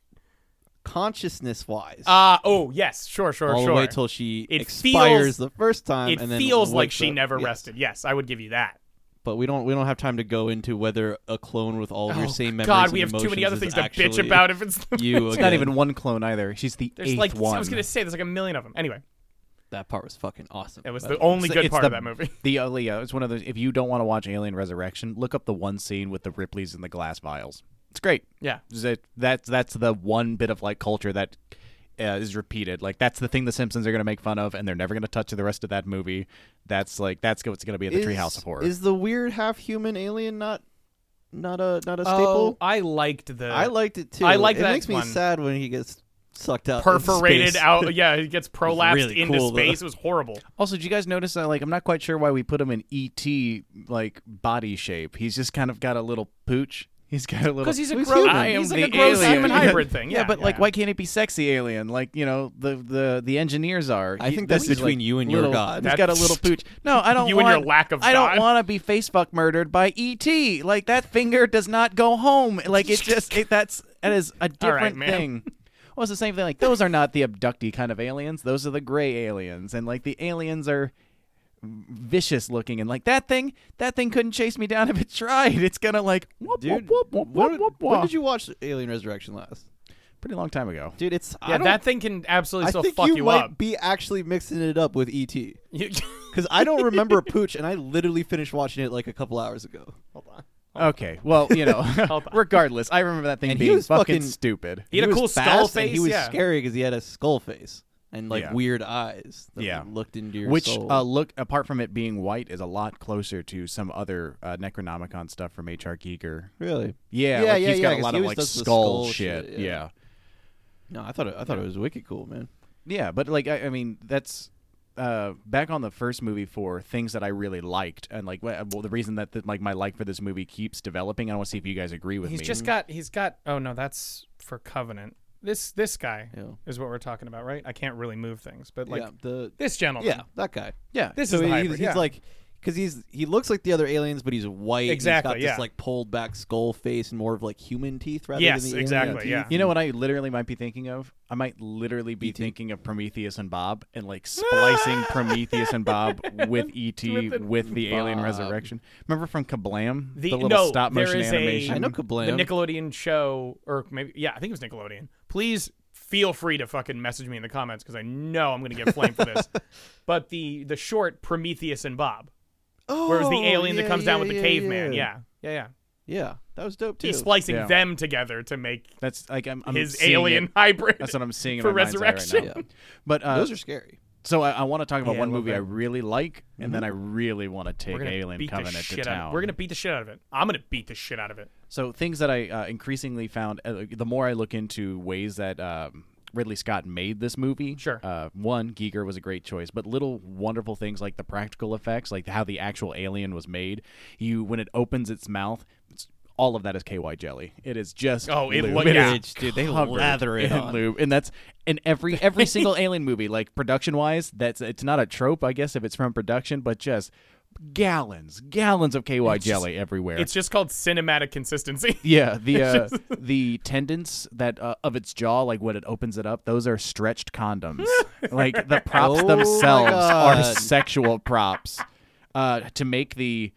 S4: consciousness wise,
S3: Uh oh, yes, sure, sure,
S4: all
S3: sure.
S4: the way till she
S3: It
S4: expires
S3: feels-
S4: the first time.
S3: it
S4: and then
S3: feels like
S4: wakes
S3: she
S4: up.
S3: never
S4: Yeah.
S3: rested. Yes, I would give you that.
S4: but we don't we don't have time to go into whether a clone with all of your
S3: Oh,
S4: same memories.
S3: God, we have
S4: and
S3: too many
S4: emotions
S3: other
S4: is
S3: things to bitch
S4: actually
S3: about if it's the
S4: You
S2: it's
S4: again.
S2: not even one clone either. She's the
S3: There's
S2: eighth
S3: like
S2: one.
S3: I was gonna say there's like a million of them. Anyway,
S4: that part was fucking awesome.
S3: it was
S4: by
S3: the
S4: way.
S3: only
S2: It's-
S3: good
S2: it's
S3: part
S2: the,
S3: of that movie.
S2: The uh, yeah, it's one of those. If you don't want to watch Alien Resurrection, look up the one scene with the Ripleys and the glass vials. It's great.
S3: Yeah.
S2: that that's that's the one bit of like culture that uh, is repeated. Like that's the thing the Simpsons are going to make fun of, and they're never going to touch the rest of that movie. That's like that's what's going to be in the
S4: Is-
S2: Treehouse of Horror.
S4: Is the weird half human alien not not a not a
S3: Oh,
S4: staple?
S3: I liked the
S4: I liked it too.
S3: I like
S4: it
S3: that
S4: makes me
S3: one.
S4: sad when he gets sucked out, into
S3: perforated
S4: space.
S3: out. Yeah, he gets prolapsed
S4: really
S3: into
S4: cool, though.
S3: space. It was horrible.
S2: also, did you guys notice that? Like, I'm not quite sure why we put him in ET like body shape. He's just kind of got a little pooch. He's got a little
S3: Because he's a
S4: He's
S3: gross,
S4: human.
S2: I am
S3: he's like
S2: the
S3: a gross
S2: alien.
S3: human
S2: Yeah.
S3: hybrid thing. Yeah,
S2: Yeah, but like,
S3: yeah.
S2: why can't it be sexy alien? Like, you know, the the the engineers are.
S4: I
S2: He-
S4: think that's
S2: he's,
S4: between you and your
S2: little-
S4: God.
S2: He's got a little pooch. No, I don't.
S3: You and
S2: want,
S3: your lack of
S2: I
S3: God.
S2: don't want to be face fuck murdered by ET. Like that finger does not go home. Like it just it, that's that is a
S3: All right,
S2: different
S3: ma'am.
S2: thing. Well, it's the same thing. Like those are not the abductee kind of aliens. Those are the gray aliens, and like the aliens are vicious looking and like that thing that thing couldn't chase me down if it tried it's gonna like whoop,
S4: Dude,
S2: whoop, whoop, whoop,
S4: when,
S2: whoop,
S4: when
S2: whoop.
S4: did you watch Alien Resurrection last?
S2: pretty long time ago
S4: Dude, it's I
S3: Yeah,
S4: don't-
S3: that thing can absolutely
S4: I
S3: still
S4: think
S3: fuck
S4: you,
S3: you,
S4: might
S3: up.
S4: be actually mixing it up with E ET.
S3: You-
S4: Because I don't remember Pooch, and I literally finished watching it like a couple hours ago.
S3: Hold on.
S2: Okay, well, you know,
S3: Help.
S2: regardless, I remember that thing
S4: Oh. And he
S2: being
S4: was
S2: fucking,
S4: fucking-
S2: stupid.
S3: He had a
S4: was
S3: cool skull
S4: fast and
S3: face,
S4: He was
S3: yeah.
S4: scary because he had a skull face and like
S2: Yeah.
S4: weird eyes. That
S2: Yeah.
S4: looked into your
S2: Which,
S4: soul.
S2: uh, look, apart from it being white, is a lot closer to some other uh, Necronomicon stuff from H.R. Giger.
S4: really?
S2: Yeah,
S4: Yeah,
S2: like
S4: yeah,
S2: he's
S4: yeah,
S2: got
S4: 'cause
S2: a lot
S4: he
S2: of like
S4: always does the
S2: skull,
S4: skull
S2: shit.
S4: shit, yeah.
S2: yeah.
S4: No, I thought it, I thought it was wicked cool, man.
S2: Yeah, but like I, I mean, that's uh, back on the first movie for things that I really liked, and like well, the reason that the, like my like for this movie keeps developing. I want to see if you guys agree with
S3: He's
S2: me.
S3: just got he's got oh no, that's for Covenant. This this guy
S4: Yeah.
S3: is what we're talking about, right? I can't really move things, but like
S4: yeah, the
S3: this gentleman.
S4: yeah that guy.
S2: yeah,
S3: This
S4: So
S3: is the
S4: he-
S3: hybrid,
S4: he's,
S3: yeah.
S4: he's like because he's he looks like the other aliens, but he's white. and
S3: Exactly,
S4: He's got
S3: yeah.
S4: this like pulled back skull face and more of like human teeth rather
S3: Yes,
S4: than the
S3: exactly,
S4: Alien
S3: yeah.
S4: teeth.
S2: You know what I literally might be thinking of? I might literally
S3: E
S2: be
S4: E.T.
S2: thinking of Prometheus and Bob and like splicing Prometheus and Bob with ET
S3: With the-
S2: with the alien
S4: Bob.
S2: resurrection. Remember from Kablam,
S3: The-
S2: little
S3: no,
S2: stop
S3: there
S2: motion
S3: is a-
S2: animation.
S4: I know
S3: the
S4: Kablam.
S3: Nickelodeon show, or maybe yeah, I think it was Nickelodeon. Please feel free to fucking message me in the comments because I know I'm gonna get flamed for this. But the the short Prometheus and Bob,
S4: oh,
S3: where it was the alien
S4: yeah,
S3: that comes down with
S4: yeah,
S3: the
S4: yeah,
S3: caveman. Yeah, yeah, yeah.
S4: yeah, that was dope too.
S3: He's splicing
S2: Yeah.
S3: them together to make
S2: That's like I'm, I'm
S3: his
S2: seeing
S3: alien
S2: it.
S3: hybrid.
S2: That's what I'm seeing in
S3: for
S2: my mind's eye
S3: resurrection.
S2: Right now.
S4: yeah,
S2: But uh,
S4: those are scary.
S2: So I, I want to talk about
S3: Yeah,
S2: one
S3: I love
S2: movie I
S3: that. Mm-hmm.
S2: really like, and then I really want to
S3: We're
S2: take
S3: gonna
S2: Alien
S3: beat the
S2: Covenant to
S3: shit out.
S2: town.
S3: Of, we're gonna beat the shit out of it. I'm gonna beat the shit out of it.
S2: So things that I uh, increasingly found, uh, the more I look into ways that um, Ridley Scott made this movie.
S3: Sure.
S2: Uh, one, Giger was a great choice, but little wonderful things like the practical effects, like how the actual alien was made. You, when it opens its mouth, it's, all of that is KY jelly. It is just
S3: Oh, it
S2: lube.
S3: lo- yeah.
S2: is
S4: Dude, they
S2: covered
S4: lather
S2: in
S4: it on.
S2: lube, and that's in every every single alien movie. Like production wise, that's it's not a trope, I guess, if it's from production, but just gallons, gallons of KY jelly everywhere.
S3: It's just called cinematic consistency.
S2: Yeah, the uh, the tendons that uh, of its jaw, like when it opens it up, those are stretched condoms. like the props
S4: Oh my
S2: themselves are
S4: God.
S2: sexual props. Uh, to make the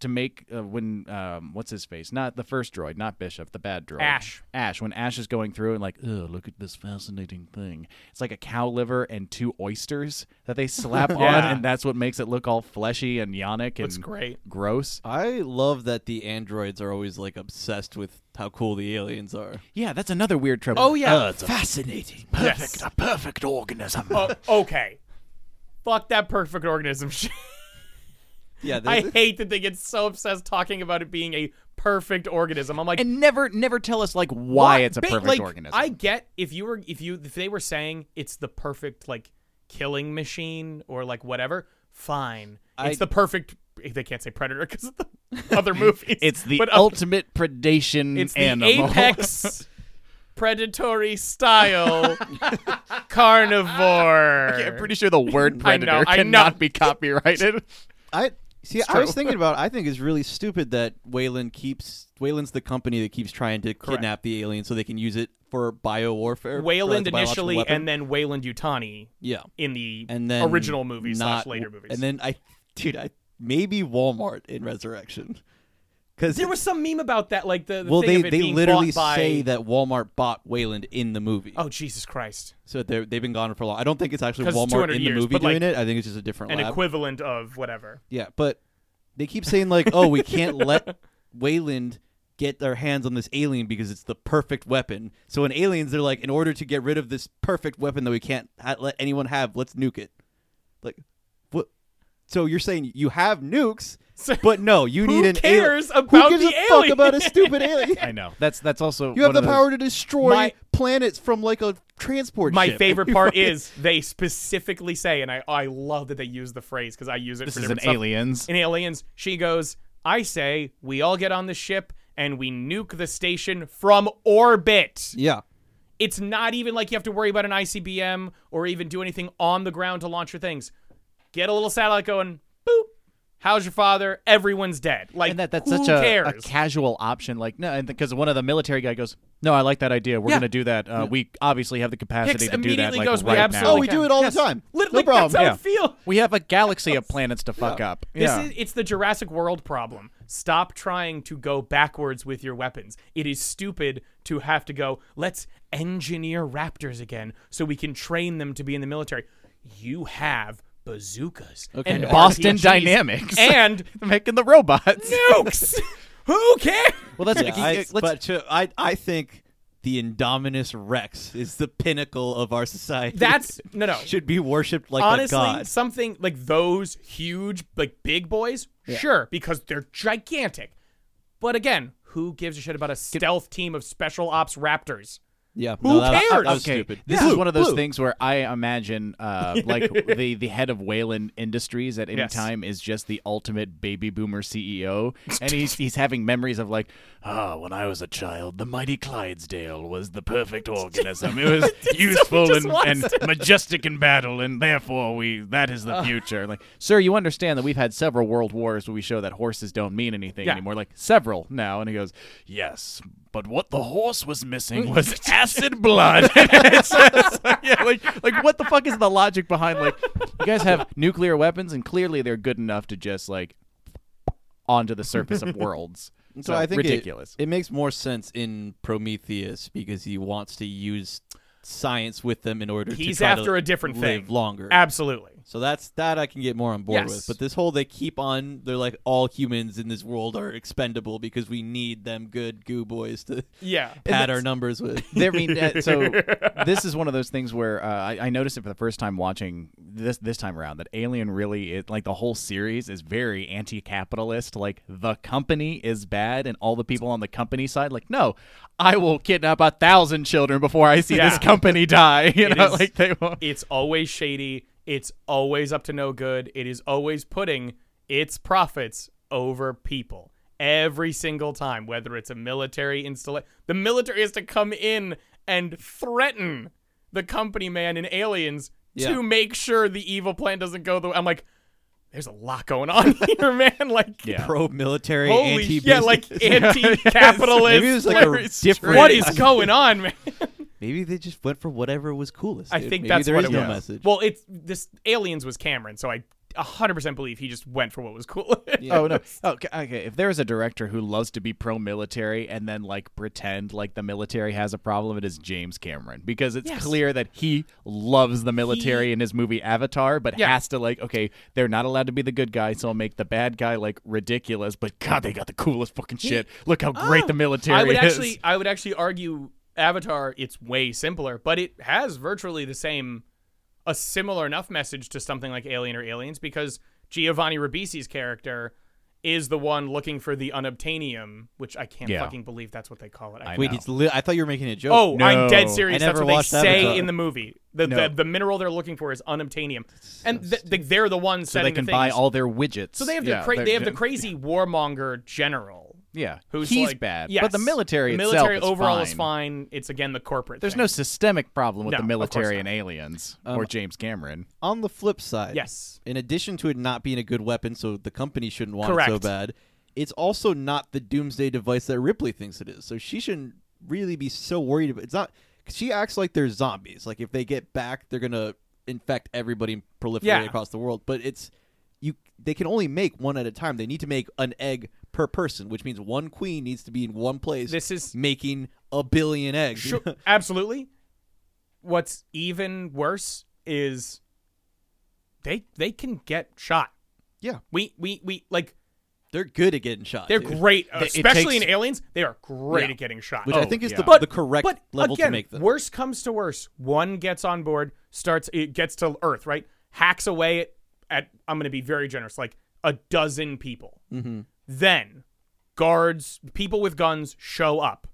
S2: to make uh, when um, what's his face? Not the first droid, not Bishop, the bad droid.
S3: Ash.
S2: Ash. When Ash is going through and like, oh, look at this fascinating thing. It's like a cow liver and two oysters that they slap on,
S3: Yeah.
S2: and that's what makes it look all fleshy and yonic
S3: Looks
S2: and
S3: great.
S2: gross.
S4: I love that the androids are always like obsessed with how cool the aliens are.
S2: Yeah, that's another weird trope.
S3: Oh yeah.
S4: Fascinating.
S3: Yes.
S2: a perfect organism.
S3: Oh, okay. Fuck that perfect organism shit.
S4: Yeah, they,
S3: I hate that they get so obsessed talking about it being a perfect organism. I'm like,
S2: and never, never tell us like why
S3: what?
S2: it's a
S3: Ba-
S2: perfect
S3: like,
S2: organism.
S3: I get if you were if you if they were saying it's the perfect like killing machine or like whatever, fine.
S4: I-
S3: it's the perfect. They can't say predator because of the other movies.
S2: it's the
S3: but, uh,
S2: ultimate predation
S3: It's the
S2: animal.
S3: apex predatory style carnivore.
S2: I'm pretty sure the word
S3: I know,
S2: predator
S3: I know.
S2: cannot be copyrighted.
S4: I see. I was thinking about. I think it's really stupid that Wayland keeps Wayland's the company that keeps trying to kidnap the aliens so they can use it for bio warfare.
S3: Wayland initially, and then Wayland Utani
S4: yeah,
S3: in the
S4: and then
S3: original movies
S4: not,
S3: slash later movies.
S4: and then I, dude, I maybe Walmart in Resurrection because
S3: there was some meme about that, like the, the
S4: well
S3: thing
S4: they
S3: of it
S4: they
S3: being
S4: literally
S3: bought by,
S4: say that Walmart bought Wayland in the movie.
S3: Oh Jesus Christ!
S4: so they they've been gone for a long. I don't think it's actually
S3: 'Cause it's
S4: Walmart
S3: 200
S4: in the
S3: years,
S4: movie
S3: but, like,
S4: doing it. I think it's just a different
S3: An
S4: lab.
S3: equivalent of whatever.
S4: Yeah, but they keep saying like, "Oh, we can't let Wayland get their hands on this alien because it's the perfect weapon." So in aliens, they're like, "In order to get rid of this perfect weapon that we can't ha- let anyone have, let's nuke it." Like, what? So you're saying you have nukes,
S3: So-
S4: but no, you
S3: Who
S4: need an
S3: cares
S4: alien.
S3: about
S4: Who gives
S3: the
S4: a
S3: alien?
S4: fuck about a stupid alien?
S2: I know. That's that's also
S4: You have
S2: one
S4: the
S2: of those-
S4: power to destroy
S3: My-
S4: planets from like a transport
S3: My
S4: ship.
S3: favorite part is they specifically say, and I I love that they use the phrase because I use it.
S2: This
S3: for
S2: is an
S3: different stuff.
S2: aliens.
S3: In Aliens, she goes, "I say we all get on the ship." And we nuke the station from orbit.
S4: yeah.
S3: It's not even like you have to worry about an ICBM or even do anything on the ground to launch your things. Get a little satellite going, boop. How's your father? Everyone's dead. Like
S2: and that that's
S3: who
S2: such a, a
S3: cares?
S2: casual option. Like no, because one of the military guy goes, "No, I like that idea. We're
S3: Yeah.
S2: going to do that. Uh, We obviously have the capacity
S3: Hicks
S2: to do that.
S3: immediately
S2: Like
S3: goes, "We
S2: right
S3: absolutely
S2: now.
S4: Oh, we do
S3: can.
S4: it all
S3: Yes.
S4: the time.
S3: Lit-
S4: no
S3: like,
S4: problem.
S3: That's how
S2: yeah.
S3: I feel.
S2: We have a galaxy of planets to fuck up.
S3: Oh, This
S2: yeah.
S3: is it's the Jurassic World problem. Stop trying to go backwards with your weapons. It is stupid to have to go, let's engineer raptors again so we can train them to be in the military. You have bazookas
S4: Okay.
S3: and
S2: Boston
S3: RPGs
S2: Dynamics.
S3: and
S2: making the robots.
S3: nukes. Who cares?
S2: Well, that's
S4: Yeah, I, but to, I, I think the Indominus Rex is the pinnacle of our society.
S3: That's no, no.
S4: should be worshipped like
S3: Honestly,
S4: a god.
S3: something like those huge, like big boys, sure, because they're gigantic. But again, who gives a shit about a stealth team of special ops raptors?
S4: Yeah,
S3: Who
S4: no, that, that
S3: cares?
S4: was
S2: okay,
S4: stupid.
S2: this
S4: Blue,
S2: is one of those
S4: blue.
S2: things where I imagine, uh, like the the head of Whalen Industries at any
S3: Yes.
S2: time is just the ultimate baby boomer CEO, and he's he's having memories of like, ah, when I was a child, the mighty Clydesdale was the perfect organism. It was
S3: he
S2: youthful
S3: just
S2: and, and
S3: wants
S2: majestic in battle, and therefore we that is the future. Like, sir, you understand that we've had several world wars where we show that horses don't mean anything
S3: Yeah.
S2: anymore. Like several now, and he goes, yes. But what the horse was missing was acid blood. It's- it's like, yeah, like, like, what the fuck is the logic behind like you guys have nuclear weapons and clearly they're good enough to just like onto the surface of worlds.
S4: So I think it-
S2: ridiculous.
S4: It, makes more sense in Prometheus because he wants to use science with them in order
S3: He's
S4: to try
S3: after
S4: to
S3: a different
S4: live
S3: thing.
S4: longer.
S3: Absolutely.
S4: so that's that I can get more on board
S3: Yes.
S4: with. But this whole they keep on they're like all humans in this world are expendable because we need them good goo boys to
S3: Yeah.
S4: pad our numbers with.
S2: there, I mean, that- so this is one of those things where uh, I, I noticed it for the first time watching this this time around that Alien really is like the whole series is very anti-capitalist. Like the company is bad, and all the people on the company side, like, no, I will kidnap a thousand children before I see
S3: Yeah.
S2: this company die. You know,
S3: is-
S2: like they won't.
S3: It's always shady. It's always up to no good. It is always putting its profits over people every single time, whether it's a military installation. The military has to come in and threaten the company man and aliens
S4: Yeah.
S3: to make sure the evil plan doesn't go the way. I'm like, there's a lot going on here, man. Like,
S2: Yeah.
S4: Pro military
S3: holy
S4: anti
S3: shit, like anti-capitalist.
S4: Maybe it was like a different
S3: what is going on, man?
S4: Maybe they just went for whatever was coolest.
S3: I
S4: dude.
S3: think
S4: Maybe
S3: that's
S4: there
S3: what
S4: is
S3: it
S4: no
S3: was.
S4: message.
S3: Well, it's this aliens was Cameron, so I 100% believe he just went for what was cool.
S2: Oh no. Okay, okay. If there is a director who loves to be pro-military and then like pretend like the military has a problem, it is James Cameron because it's
S3: Yes.
S2: clear that he loves the military in his movie Avatar, but
S3: Yeah.
S2: has to like, okay, they're not allowed to be the good guy, so I'll make the bad guy like ridiculous. But God, they got the coolest fucking shit. Look how great the military
S3: Oh, I would
S2: is.
S3: actually I would actually argue Avatar it's way simpler, but it has virtually the same a similar enough message to something like Alien or Aliens because Giovanni Ribisi's character is the one looking for the unobtainium, which I can't
S2: Yeah.
S3: fucking believe that's what they call it. I
S4: Wait,
S2: No.
S4: it's li- I thought you were making a joke.
S3: Oh, I'm dead
S2: No.
S3: serious.
S4: I
S3: That's
S4: never
S3: what they
S4: watched
S3: say
S4: Avatar.
S3: in the movie. The,
S2: No.
S3: the the mineral they're looking for is unobtainium, and th- th- they're the ones
S2: so they
S3: setting
S2: can
S3: the
S2: buy
S3: things.
S2: all their widgets.
S3: So they have
S2: yeah,
S3: the cra-
S2: they're-
S3: they have the crazy warmonger general.
S2: yeah.
S3: Who's
S2: He's
S3: like,
S2: bad,
S3: Yes.
S2: but the military,
S3: the military
S2: itself
S3: overall is fine. It's again the corporate.
S2: There's
S3: thing.
S2: no systemic problem with
S3: No,
S2: the
S3: of course
S2: military
S3: not.
S2: and aliens or James Cameron.
S4: On the flip side,
S3: Yes.
S4: In addition to it not being a good weapon, so the company shouldn't want it so
S3: Correct.
S4: bad. It's also not the doomsday device that Ripley thinks it is. So she shouldn't really be so worried about. It's not. 'cause she acts like they're zombies. Like if they get back, they're gonna infect everybody and proliferate
S3: Yeah.
S4: across the world. But it's you. They can only make one at a time. They need to make an egg per person, which means one queen needs to be in one place.
S3: This is-
S4: making a billion eggs.
S3: Sure, absolutely. What's even worse is they they can get shot.
S4: yeah,
S3: We we we like
S4: they're good at getting shot.
S3: they're
S4: dude.
S3: great,
S2: it
S3: especially
S2: takes-
S3: in aliens. They are great
S4: Yeah.
S3: at getting shot.
S4: which I think is
S2: yeah.
S4: the,
S3: Oh, But-
S4: the correct
S3: but
S4: level
S3: again,
S4: to make them.
S3: Worse comes to worse. One gets on board, starts it gets to Earth, right? Hacks away at, at I'm gonna be very generous, like a dozen people. Then guards, people with guns show up.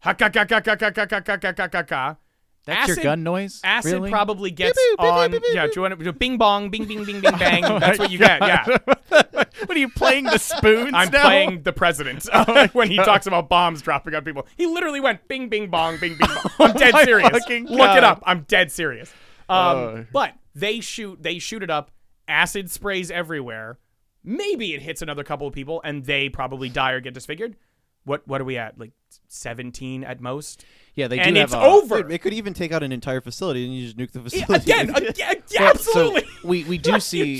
S3: Ha ka ka ka ka ka ka ka ka ka ka ka ka.
S2: That's your gun noise?
S3: Acid
S2: Really?
S3: probably gets
S4: Beep, beep, beep,
S3: on.
S4: beep, beep,
S3: yeah, do you want to bing bong, bing bing bing bing bang? That's what you get. Yeah,
S2: what are you playing the spoons?
S3: I'm
S2: now? Oh
S3: playing the president when he talks about bombs dropping on people. He literally went bing, bing, bong, bing, bing, bong. I'm dead
S2: my
S3: serious. Look
S2: fucking
S3: it
S2: God. Oh.
S3: up. I'm dead serious. Um, But they shoot, they shoot it up. Acid sprays everywhere. Maybe it hits another couple of people, and they probably die or get disfigured. What What are we at? Like 17 at most.
S2: Yeah, they do
S3: and
S2: have
S3: it's
S2: a-
S3: over.
S4: Dude, it could even take out an entire facility and you just nuke the
S3: Yeah,
S4: facility.
S3: again, again, yeah,
S2: Well,
S3: absolutely.
S2: So we we do
S3: You
S2: see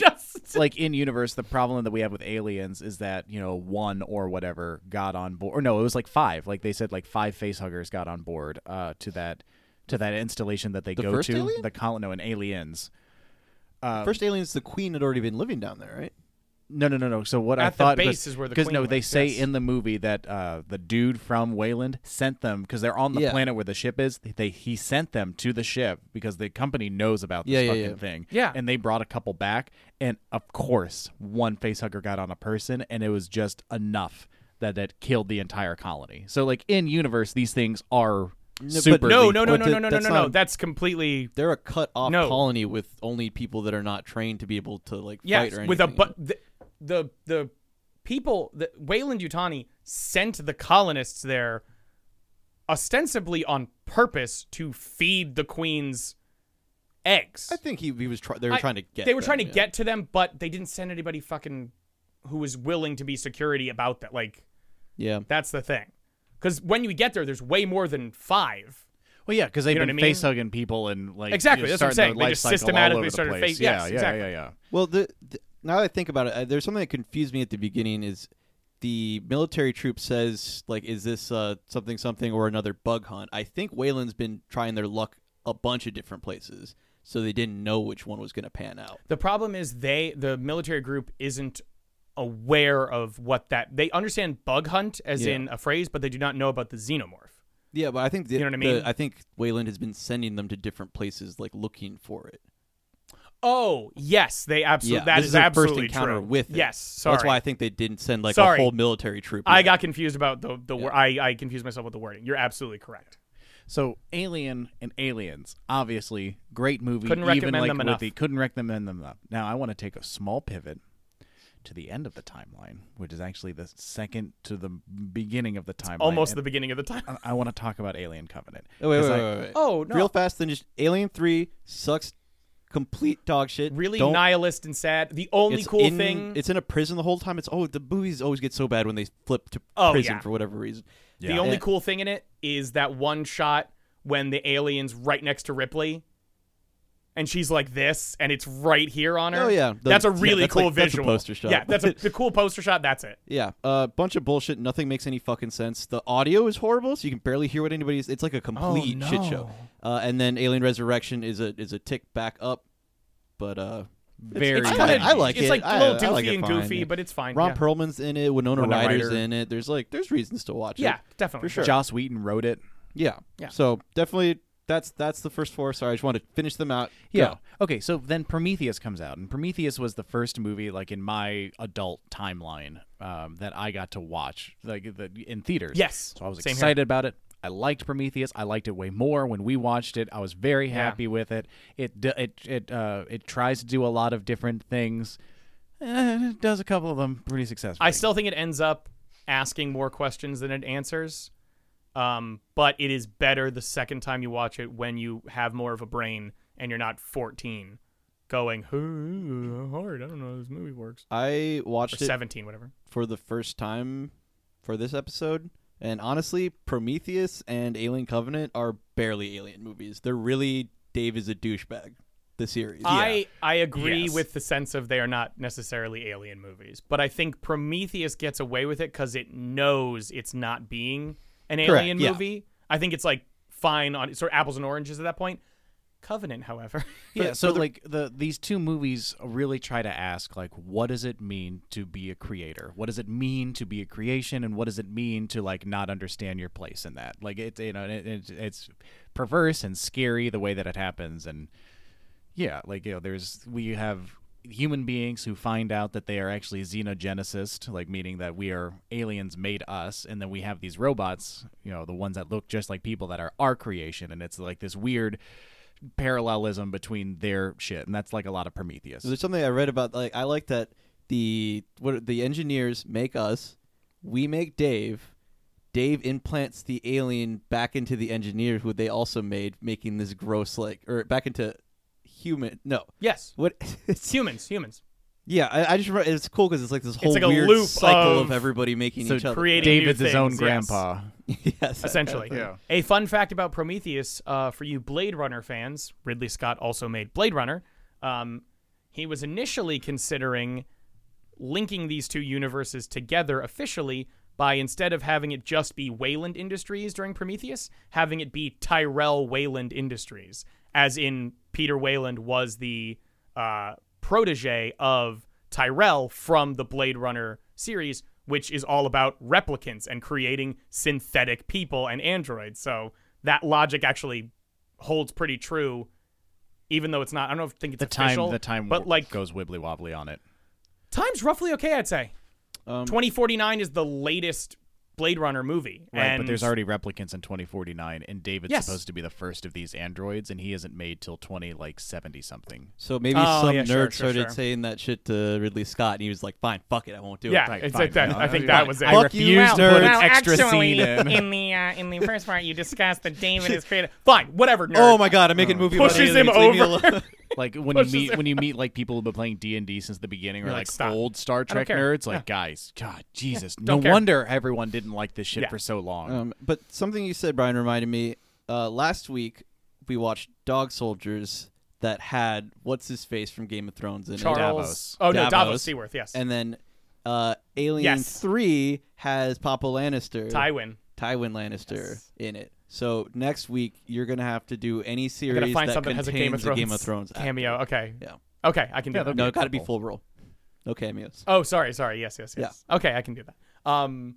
S3: just-
S2: like in universe the problem that we have with aliens is that you know one or whatever got on board or no it was like five like they said like five facehuggers got on board uh to that to that installation that they go
S4: first
S2: to
S4: alien?
S2: the colon no, and aliens
S3: Um,
S4: First aliens, the queen had already been living down there, right?
S2: No, no, no, no. So what I
S3: At the
S2: thought
S3: base is where the
S2: because
S3: queen
S2: no, they
S3: was,
S2: say
S3: yes.
S2: in the movie that uh, the dude from Wayland sent them because they're on the
S4: Yeah.
S2: planet where the ship is. They, they he sent them to the ship because the company knows about this
S4: Yeah, yeah,
S2: fucking
S4: yeah.
S2: thing.
S3: Yeah.
S2: and they brought a couple back, and of course, one facehugger got on a person, and it was just enough that it killed the entire colony. So like in universe, these things are
S4: but-
S2: super.
S3: No,
S2: lethal.
S3: no, no,
S4: But
S3: no,
S4: the-
S3: no, no, no,
S4: that's
S3: no, no.
S4: not-
S3: That's completely
S4: They're a cut off
S3: No.
S4: colony with only people that are not trained to be able to like
S3: yes.
S4: fight or anything.
S3: With a but the the, the people the, Wayland Utani sent the colonists there ostensibly on purpose to feed the queen's eggs.
S4: I think he, he was try- they were
S3: I-
S4: trying to get
S3: They were
S4: them,
S3: trying to
S4: yeah.
S3: get to them, but they didn't send anybody fucking who was willing to be security about that. Like
S4: yeah
S3: that's the thing. Because when you get there, there's way more than five.
S2: Well, yeah, because they've
S3: You know
S2: been
S3: what I mean?
S2: facehugging people and like
S3: Exactly,
S2: just
S3: that's what I'm
S2: starting
S3: saying.
S2: their
S3: They
S2: life
S3: just
S2: cycle all
S3: systematically
S2: over the
S3: started
S2: place.
S3: face-
S2: Yeah,
S3: yes,
S2: yeah, yeah,
S3: exactly.
S2: yeah.
S4: Well, the, the now that I think about it, I, there's something that confused me at the beginning. Is the military troop says like, is this uh, something something or another bug hunt? I think Wayland's been trying their luck a bunch of different places, so they didn't know which one was going to pan out.
S3: The problem is they the military group isn't aware of what that they understand bug hunt as
S4: Yeah.
S3: in a phrase, but they do not know about the xenomorph.
S4: Yeah, but I think the,
S3: You know what I
S4: the-
S3: mean?
S4: I think Wayland has been sending them to different places, like looking for it.
S3: Oh yes, they absolutely
S4: yeah,
S3: that
S4: this
S3: is,
S4: is their first
S3: absolutely
S4: encounter
S3: true.
S4: with it.
S3: Yes,
S4: So
S3: sorry.
S4: that's why I think they didn't send like
S3: Sorry.
S4: a whole military troop.
S3: I
S4: yet.
S3: got confused about the the wor- I I confused myself with the wording. You're absolutely correct.
S2: So Alien and Aliens, obviously great movie.
S3: Couldn't
S2: even
S3: recommend
S2: like
S3: them
S2: with
S3: enough.
S2: the couldn't recommend them enough. Now I want to take a small pivot to the end of the timeline, which is actually the second to the beginning of the timeline.
S3: Almost the
S2: and
S3: beginning of the time.
S2: I, I want to talk about Alien Covenant.
S4: Oh, wait,
S2: 'Cause
S4: wait,
S2: I-
S4: wait, wait, wait.
S3: Oh, no.
S4: Real fast, then just Alien Three sucks, complete dog shit.
S3: Really
S4: Don't
S3: nihilist and sad. The only
S4: it's
S3: cool
S4: in-
S3: thing
S4: It's in a prison the whole time. It's oh the movies always get so bad when they flip to
S3: Oh,
S4: prison
S3: yeah.
S4: for whatever reason.
S2: Yeah.
S3: The only
S4: Yeah.
S3: cool thing in it is that one shot when the alien's right next to Ripley, and she's like this, and it's right here on her.
S4: Oh, yeah. The-
S3: that's a
S4: yeah,
S3: really
S4: that's
S3: cool
S4: like- that's a
S3: visual
S4: poster shot.
S3: Yeah, that's a, the cool poster shot. That's it.
S4: Yeah, a bunch of bullshit. Nothing makes any fucking sense. The audio is horrible, so you can barely hear what anybody's. It's
S3: Oh,
S4: like a complete shit show. Uh, and then Alien Resurrection is a is a tick back up, but uh,
S2: Very.
S4: it's
S3: I
S4: fine.
S3: kinda-
S4: I like
S3: it's
S4: it.
S3: like
S4: I-
S3: little
S4: I
S3: doofy
S4: like it
S3: and
S4: fine,
S3: goofy,
S4: yeah.
S3: but it's fine.
S4: Ron
S3: yeah.
S4: Perlman's in it. Winona,
S2: Winona
S4: Ryder's
S2: Ryder.
S4: in it. There's like there's reasons to watch
S3: yeah,
S4: it.
S3: definitely.
S4: for sure.
S2: Joss Wheaton wrote it.
S4: Yeah,
S3: Yeah.
S4: So definitely that's that's the first four. Sorry, I just want to finish them out. Go.
S2: Okay, so then Prometheus comes out, and Prometheus was the first movie, like in my adult timeline, um, that I got to watch, like the, in theaters.
S3: Yes,
S2: So I was
S3: same here.
S2: excited about it. I liked Prometheus. I liked it way more when we watched it. I was very happy with it. It d- it it uh, it tries to do a lot of different things. Eh, it does a couple of them pretty successfully.
S3: I still think it ends up asking more questions than it answers. Um, but it is better the second time you watch it when you have more of a brain and you're not 14 going, "Ooh, hard. I don't know how this movie works.
S4: I
S3: Or
S4: watched it
S3: 17, whatever.
S4: for the first time for this episode. And honestly, Prometheus and Alien Covenant are barely alien movies. They're really Dave is a douchebag, the series.
S3: I I agree
S2: Yes.
S3: with the sense of they are not necessarily alien movies, but I think Prometheus gets away with it because it knows it's not being an
S4: Correct,
S3: alien
S4: yeah.
S3: movie. I think it's like fine on sort of apples and oranges at that point. Covenant, however,
S2: yeah. So like the these two movies really try to ask like, what does it mean to be a creator? What does it mean to be a creation, and what does it mean to like not understand your place in that? Like it's you know it, it, it's perverse and scary the way that it happens, and yeah, like you know, there's we have human beings who find out that they are actually xenogenicist, like meaning that we are aliens made us, and then we have these robots, you know, the ones that look just like people that are our creation, and it's like this weird parallelism between their shit, and that's like a lot of Prometheus.
S4: There's something I read about. Like I like that the what the engineers make us, we make Dave. Dave implants the alien back into the engineer who they also made, making this gross like or back into human. No,
S3: yes,
S4: what?
S3: it's humans, humans.
S4: yeah, I, I just remember, it's cool because it's like this whole
S3: like a
S4: weird
S3: loop
S4: cycle
S3: of-
S4: of, everybody making
S2: so
S4: each other.
S3: creating new
S2: David's his own
S3: things, yes.
S2: grandpa.
S4: yes,
S3: essentially.
S2: Yeah.
S3: A fun fact about Prometheus uh, for you Blade Runner fans: Ridley Scott also made Blade Runner. Um, he was initially considering linking these two universes together officially by instead of having it just be Wayland Industries during Prometheus, having it be Tyrell Wayland Industries, as in Peter Wayland was the uh, protege of Tyrell from the Blade Runner series, which is all about replicants and creating synthetic people and androids. So that logic actually holds pretty true, even though it's not. I don't know if think it's
S2: The
S3: official,
S2: time the time
S3: but
S2: w-
S3: like
S2: goes wibbly wobbly on it.
S3: time's roughly okay, I'd say.
S4: Um,
S3: 2049 is the latest Blade Runner movie,
S2: Right,
S3: and
S2: but there's already replicants in 2049, and David's
S3: Yes.
S2: supposed to be the first of these androids, and he isn't made till 20 like 70 something.
S4: So maybe
S3: Oh,
S4: some
S3: yeah,
S4: nerd
S3: sure, sure,
S4: started
S3: sure.
S4: saying that shit to Ridley Scott, and he was like, "Fine, fuck it, I won't do it."
S3: yeah,
S2: Like,
S3: it's
S2: fine,
S3: like that.
S2: no,
S3: I think
S2: fine.
S3: that was it.
S2: I
S4: Fuck you,
S2: refuse to put
S4: nerds.
S2: an extra
S5: actually,
S2: scene in.
S5: the uh, in the first part, you discussed that David is creative.
S3: Fine, whatever. Nerd.
S4: Oh my god, I'm making a movie.
S3: Pushes
S4: about
S3: him
S4: aliens, leave me
S3: over.
S4: alone.
S2: Like when you meet when you meet like people who've been playing D and D since the beginning, or
S3: You're like,
S2: like,
S3: "Stop.
S2: old Star Trek
S3: care."
S2: nerds, like guys, God, Jesus, no
S3: don't care.
S2: wonder everyone didn't like this shit
S3: Yeah. Uh,
S2: for so long.
S4: um, but something you said, Brian, reminded me. Uh, last week we watched Dog Soldiers that had what's his face from Game of Thrones in it,
S3: Charles. Oh no,
S4: Davos.
S3: Davos Seaworth. Yes,
S4: and then uh, Alien
S3: Yes.
S4: Three has Papa Lannister,
S3: Tywin.
S4: Tywin Lannister
S3: Yes.
S4: in it. So next week you're gonna have to do any
S3: I'm
S4: series
S3: gonna find
S4: that
S3: something that has a Game of
S4: contains
S3: Thrones,
S4: Game of Thrones act.
S3: cameo. Okay.
S4: Yeah.
S3: Okay, I can do that.
S4: No, it got to be
S2: couple.
S4: full role, no cameos.
S3: Oh, sorry, sorry. Yes, yes, yes. Okay, I can do that. Um,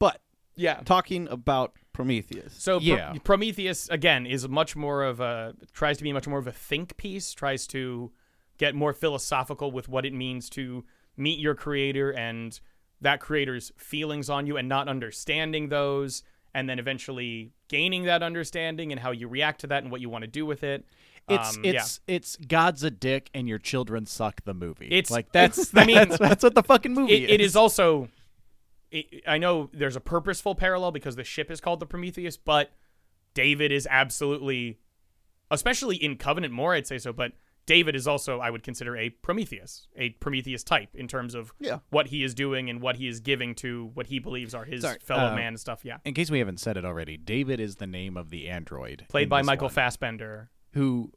S4: But
S3: yeah.
S4: talking about Prometheus.
S3: So Pr-
S2: Yeah.
S3: Prometheus again is much more of a tries to be much more of a think piece, tries to get more philosophical with what it means to meet your creator and that creator's feelings on you and not understanding those and then eventually gaining that understanding and how you react to that and what you want to do with it.
S2: It's
S3: Um, yeah.
S2: it's it's God's a dick and your children suck. The movie.
S3: It's-
S2: like that's
S3: it's- I mean,
S2: that's, that's what the fucking movie
S3: it, it is also it, i know there's a purposeful parallel because the ship is called the prometheus but david is absolutely especially in covenant more i'd say so but david is also i would consider a prometheus a prometheus type in terms of
S4: Yeah.
S3: what he is doing and what he is giving to what he believes are his
S4: Sorry,
S3: fellow
S2: uh,
S3: man and stuff yeah
S2: In case we haven't said it already, David is the name of the android
S3: played
S2: in
S3: by
S2: this
S3: michael
S2: one,
S3: fassbender
S2: who.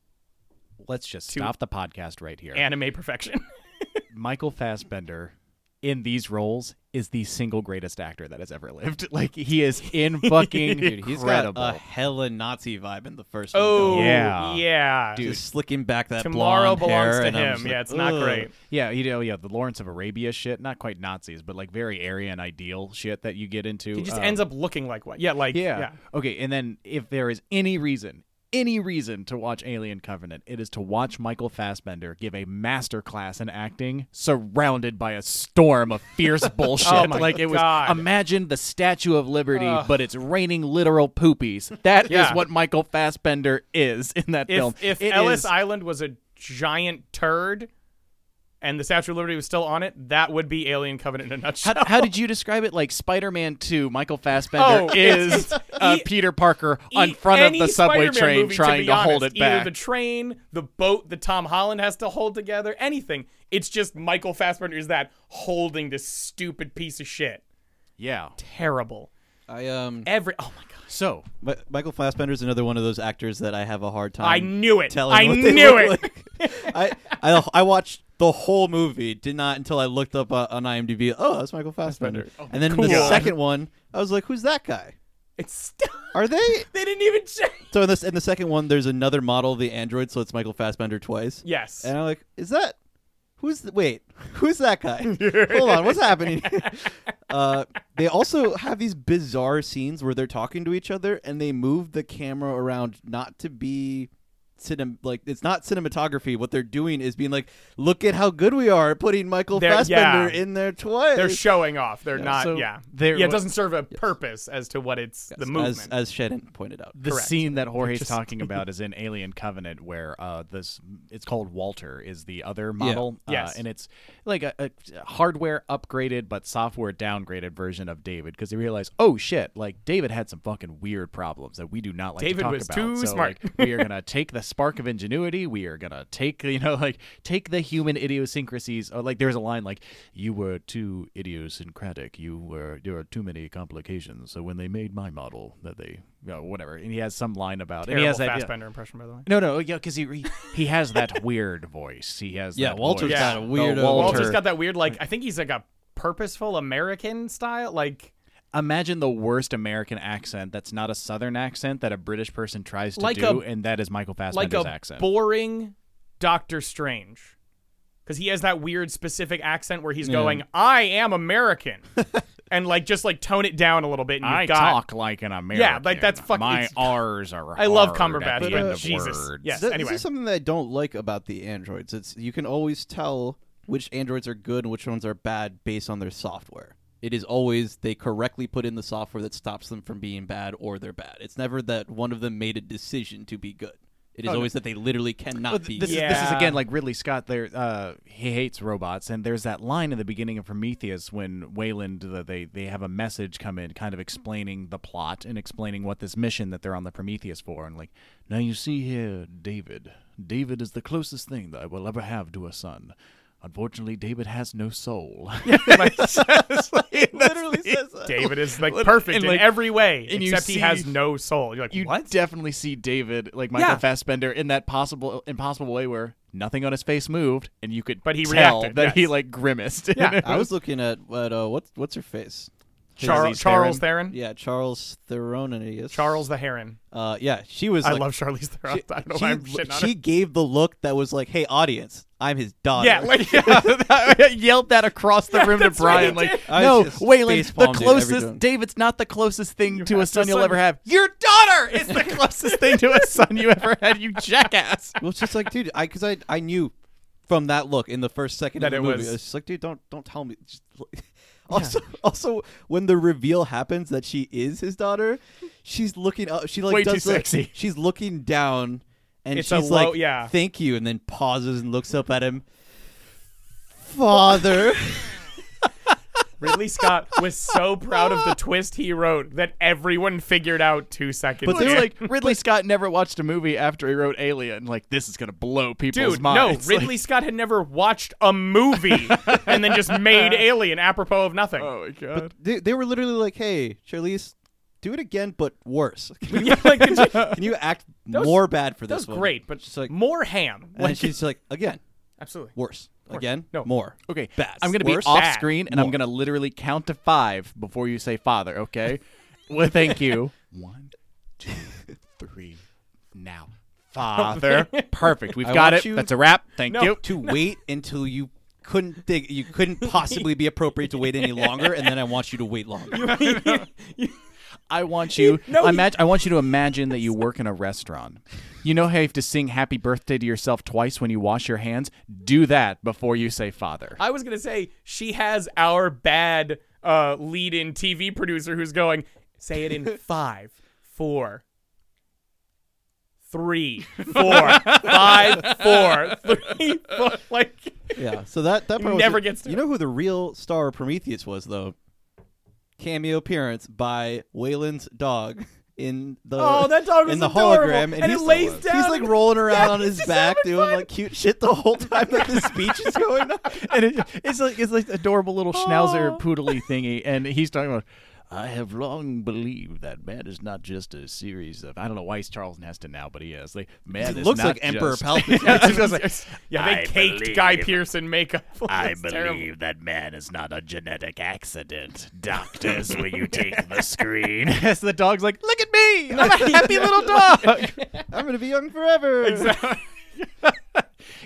S2: Let's just
S3: To-
S2: stop the podcast right here.
S3: anime perfection
S2: Michael Fassbender in these roles is the single greatest actor that has ever lived. Like he is in fucking
S4: Dude, he's
S2: incredible.
S4: got a hella Nazi vibe in the first
S3: oh
S4: one.
S2: Yeah.
S3: yeah
S4: Dude, just slicking back that
S3: tomorrow
S4: blonde
S3: belongs
S4: hair,
S3: to
S4: and I'm just
S3: him
S4: like,
S3: yeah it's not
S4: "Ugh."
S3: great
S2: yeah, you know, yeah, the Lawrence of Arabia shit, not quite Nazis, but like very Aryan ideal shit that you get into.
S3: he just
S4: Uh,
S2: um,
S3: ends up looking like what yeah like
S2: Yeah.
S3: yeah
S2: Okay, and then if there is any reason, any reason to watch Alien Covenant, it is to watch Michael Fassbender give a master class in acting surrounded by a storm of fierce bullshit.
S3: Oh my
S2: like it was
S3: God.
S2: imagine the Statue of Liberty,
S3: Ugh.
S2: but it's raining literal poopies. That is
S3: Yeah.
S2: what Michael Fassbender is in that
S3: if
S2: film.
S3: if
S2: It
S3: Ellis
S2: is-
S3: Island was a giant turd and the Statue of Liberty was still on it, that would be Alien Covenant in a nutshell.
S2: how, how did you describe it? Like Spider-Man 2, Michael Fassbender
S3: Oh,
S2: is
S3: it's-
S2: uh,
S3: e-
S2: Peter Parker on
S3: E-
S2: front of
S3: any
S2: the subway
S3: Spider-Man
S2: train
S3: movie,
S2: trying
S3: be
S2: to hold
S3: honest,
S2: it back.
S3: Either the train, the boat that Tom Holland has to hold together, anything. It's just Michael Fassbender is that holding this stupid piece of shit.
S2: yeah.
S3: Terrible.
S4: I um,
S3: Every oh my god.
S2: So,
S4: Mi- Michael Fassbender's another one of those actors that I have a hard time.
S3: I knew it.
S4: Telling
S3: I
S4: what they
S3: knew it.
S4: look Like. I, I I watched the whole movie. Did not until I looked up uh, on IMDb. Oh, that's Michael Fassbender. and then
S3: cool.
S4: the second one, I was like, who's that guy?
S3: It's still
S4: Are they?
S3: they didn't even check.
S4: So in this in the second one, there's another model of the android, so it's Michael Fassbender twice.
S3: Yes.
S4: And I'm like, is that who's the, wait, who's that guy? Hold on, what's happening? uh, they also have these bizarre scenes where they're talking to each other and they move the camera around not to be cinem- like it's not cinematography. What they're doing is being like, look at how good we are at putting Michael
S3: They're-
S4: Fassbender
S3: yeah.
S4: in there twice.
S3: They're showing off. They're not.
S2: so
S3: yeah.
S2: there
S3: yeah. It
S2: wa-
S3: doesn't serve a purpose as to what it's the movement.
S4: as as Shannon pointed out.
S2: the
S3: Correct.
S2: scene that Jorge's talking about is in Alien Covenant, where uh, this it's called Walter is the other model, uh,
S3: Yes.
S2: and it's like a, a hardware upgraded but software downgraded version of David because they realize, oh shit, like David had some fucking weird problems that we do not like.
S3: David
S2: to talk
S3: was
S2: about.
S3: too
S2: So,
S3: smart.
S2: like, we are gonna take the spark of ingenuity. We are gonna take you know like take the human idiosyncrasies. Or like there's a line like you were too idiosyncratic. You were there are too many complications. So when they made my model, that they you know, whatever, and he has some line about and
S3: Terrible
S2: he has that. yeah.
S3: Fassbender impression, by the way.
S2: No, no, yeah, because he re- he has that weird voice. He has
S4: Yeah,
S2: that
S4: Walter's
S2: voice.
S3: got a
S2: The
S4: weird, uh,
S2: Walter.
S3: Walter's got that weird, like I think he's like a purposeful American style, like
S2: Imagine the worst American accent that's not a Southern accent that a British person tries to
S3: Like
S2: do,
S3: a-
S2: and that is Michael
S3: like
S2: Fassbender's
S3: a
S2: accent.
S3: boring Doctor Strange. because he has that weird specific accent where he's going, "I am American," and like just like tone it down a little bit. And you've
S2: I
S3: got,
S2: talk like an American.
S3: that's fuck-
S2: My
S3: it's-
S2: R's are.
S3: I love
S2: hard
S3: Cumberbatch,
S2: at the
S3: but,
S2: end
S3: uh,
S2: of
S3: Jesus.
S2: words.
S3: Yes.
S4: Th- This
S3: anyway.
S4: is something that I don't like about the androids. It's you can always tell which androids are good and which ones are bad based on their software. It is always they correctly put in the software that stops them from being bad or they're bad. It's never that one of them made a decision to be good. It is
S3: Oh,
S4: always that they literally cannot
S2: Well,
S4: be.
S2: th- this,
S4: good.
S2: is, this is
S3: Yeah.
S2: again like Ridley Scott. There, uh, he hates robots, and there's that line in the beginning of Prometheus when Wayland the, they they have a message come in, kind of explaining the plot and explaining what this mission that they're on the Prometheus for, and like, now you see here, David. David is the closest thing that I will ever have to a son. Unfortunately, David has no soul.
S3: like,
S2: literally says
S3: David is like
S2: Lit-
S3: perfect
S2: and,
S3: in
S2: like,
S3: every way,
S2: and you
S3: except he
S2: see-
S3: has no soul. You're like,
S2: You
S3: what?
S2: definitely see David, like Michael
S3: Yeah.
S2: Fassbender, in that possible impossible way where nothing on his face moved, and you could
S3: But he
S2: tell
S3: reacted,
S2: that he
S3: yes.
S2: like grimaced.
S3: Yeah.
S4: I was looking at what uh, what's what's her face?
S3: Char-
S2: Charlize
S3: Charles Theron.
S4: Yeah, Charles Theron and yes.
S3: Charles the Heron.
S4: Uh, yeah, she was.
S3: I
S4: like-
S3: love Charlize Theron.
S4: She,
S3: I don't know
S4: she-
S3: why I'm shitting on
S4: she gave the look that was like, "Hey, audience, I'm his daughter."
S3: her. Yeah, like
S2: I yelled that across the room to
S3: that's what he
S2: Brian,
S3: did.
S2: like,
S4: I
S2: "No,
S4: just
S2: Waylon,
S4: facepalmed, dude,
S2: the
S4: every time.
S2: closest David's not the closest thing to a
S3: have
S2: son
S3: a
S2: you'll
S3: son."
S2: ever have. Your daughter is the closest thing to a son you ever had. You jackass."
S4: Well, it's just like, dude, I because I I knew from that look in the first second
S3: That
S4: of the
S3: it
S4: movie,
S3: was-
S4: I was just like, dude, don't don't tell me. Just- Also, also when the reveal happens that she is his daughter, she's looking up. She like
S2: Way too
S4: does the-
S2: sexy.
S4: She's looking down, and
S3: It's a
S4: she's
S3: low-
S4: like,
S3: yeah.
S4: thank you," and then pauses and looks up at him. Father,
S3: Ridley Scott was so proud of the twist he wrote that everyone figured out two seconds.
S2: But there's
S3: in.
S2: like Ridley Scott never watched a movie after he wrote Alien. Like this is gonna blow people's
S3: Dude, no,
S2: minds. Like,
S3: Ridley Scott had never watched a movie and then just made Alien apropos of nothing.
S2: oh my god.
S4: they, they were literally like, "Hey, Charlize, do it again, but worse. Can you,
S3: Yeah, like, that
S4: can you act
S3: was-
S4: more bad for
S3: was
S4: this?" one?"
S3: great, but
S4: She's like- eh.
S3: more ham.
S4: and then
S3: Like,
S4: she's like, "Again,
S3: absolutely.
S4: worse. Again,
S3: No.
S4: more.
S2: Okay,
S4: Bats.
S2: I'm gonna be
S4: Worse.
S2: off
S3: Bat.
S2: screen and I'm gonna literally count to five before you say father. Okay. well, thank you. One, two, three. Now, father. Perfect. We've
S4: I
S2: got
S4: want
S2: it.
S4: you-
S2: That's a wrap. Thank you.
S4: to wait until you couldn't think you couldn't possibly be appropriate to wait any longer, and then I want you to wait longer.
S2: I want you.
S3: no, he-
S2: imag- I want you to imagine that you work in a restaurant. You know how you have to sing "Happy Birthday" to yourself twice when you wash your hands. Do that before you say "Father."
S3: I was gonna say she has our bad uh, lead-in TV producer who's going. Say it in five, four, three, four, five, four, three, four. Like
S4: yeah. So that that part was-
S3: never gets to
S4: You
S3: it.
S4: know who the real star of Prometheus was though? Cameo appearance by Wayland's dog in the
S3: Oh, that dog was
S4: in the
S3: adorable.
S4: hologram,
S3: And it
S4: he's,
S3: lays
S4: He's
S3: down.
S4: like rolling around on his
S3: he's
S4: back,
S3: having
S4: doing
S3: fun.
S4: like cute shit the whole time that this speech is going on.
S2: and it, it's like it's like adorable little schnauzer poodly thingy, and he's talking about. I have long believed that man is not just a series of I don't know why he's Charles Neston now, but he is. Like man
S4: He
S2: is
S4: looks
S2: not
S4: like Emperor
S2: just-
S4: Palpatine.
S2: I was gonna say,
S3: yeah, they
S2: I
S3: caked
S2: believe-
S3: Guy Pearson makeup.
S2: I
S3: It's terrible.
S2: believe that man is not a genetic accident. Doctors, will you take the screen? As the dog's like, look at me, I'm a happy little dog.
S4: I'm gonna be young forever.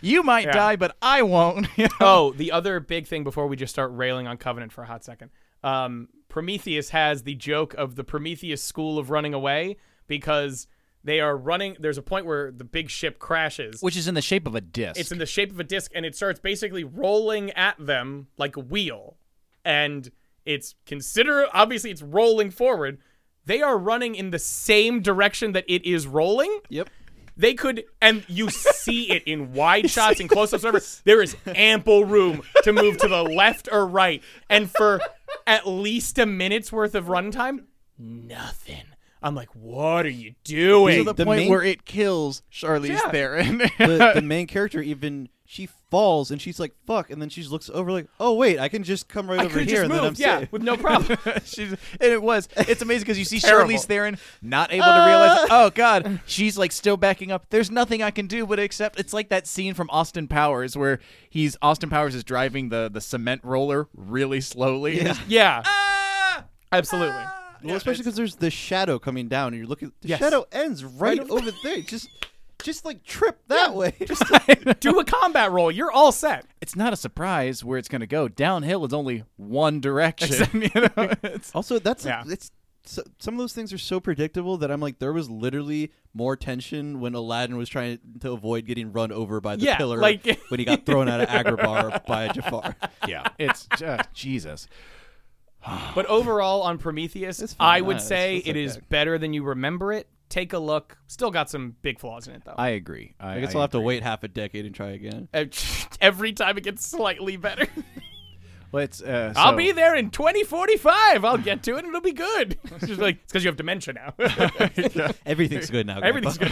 S2: you might
S3: Yeah.
S2: die, but I won't. you know?
S3: Oh, the other big thing before we just start railing on Covenant for a hot second. Um, Prometheus has the joke of the Prometheus school of running away because they are running. There's a point where the big ship crashes.
S2: Which is in the shape of a disc.
S3: It's in the shape of a disc and it starts basically rolling at them like a wheel. And it's consider obviously it's rolling forward. They are running in the same direction that it is rolling.
S4: Yep.
S3: They could, and you see it in wide shots and close ups, whatever. There is ample room to move to the left or right. And for at least a minute's worth of runtime, nothing. I'm like, what are you doing?
S2: to the,
S4: The
S2: point
S4: main-
S2: where it kills Charlize
S3: Yeah.
S2: Theron.
S4: the, the main character even she falls and she's like fuck and then she looks over like oh wait i can just come right
S3: I
S4: over
S3: could
S4: here
S3: just
S4: and
S3: move,
S4: then i'm
S3: yeah,
S4: safe
S3: with no problem.
S2: she's, and it was. It's amazing because you see
S3: Terrible.
S2: Charlize Theron not able to realize, oh god, she's like still backing up. There's nothing I can do but accept. It's like that scene from Austin Powers where he's Austin Powers is driving the the cement roller really slowly. and he's,
S3: Yeah,
S2: "Ah!"
S3: absolutely.
S4: well, especially because there's the shadow coming down and you're looking the
S3: Yes.
S4: shadow ends right,
S3: Right
S4: over there just just like trip that way.
S3: Do a combat roll. You're all set.
S2: it's not a surprise where it's going to go. Downhill is only one direction. you know? It's-
S4: also, that's
S3: Yeah.
S4: it's so, some of those things are so predictable that I'm like, there was literally more tension when Aladdin was trying to avoid getting run over by the
S3: Yeah,
S4: pillar
S3: like-
S4: when he got thrown out of Agrabah by Jafar.
S2: yeah, it's uh, Jesus.
S3: But overall, on Prometheus,
S4: fine.
S3: I would
S4: Yeah, it's-
S3: say
S4: it's
S3: it is
S4: okay.
S3: better than you remember it. Take a look. Still got some big flaws in it, though.
S2: I agree. I,
S4: I guess
S2: I
S4: I'll have to wait half a decade and try again.
S3: Uh, Every time it gets slightly better.
S2: Well, it's, uh,
S3: I'll
S2: so-
S3: be there in 2045. I'll get to it and it'll be good. It's just like, it's because you have dementia now.
S4: Everything's good now.
S3: Everything's good.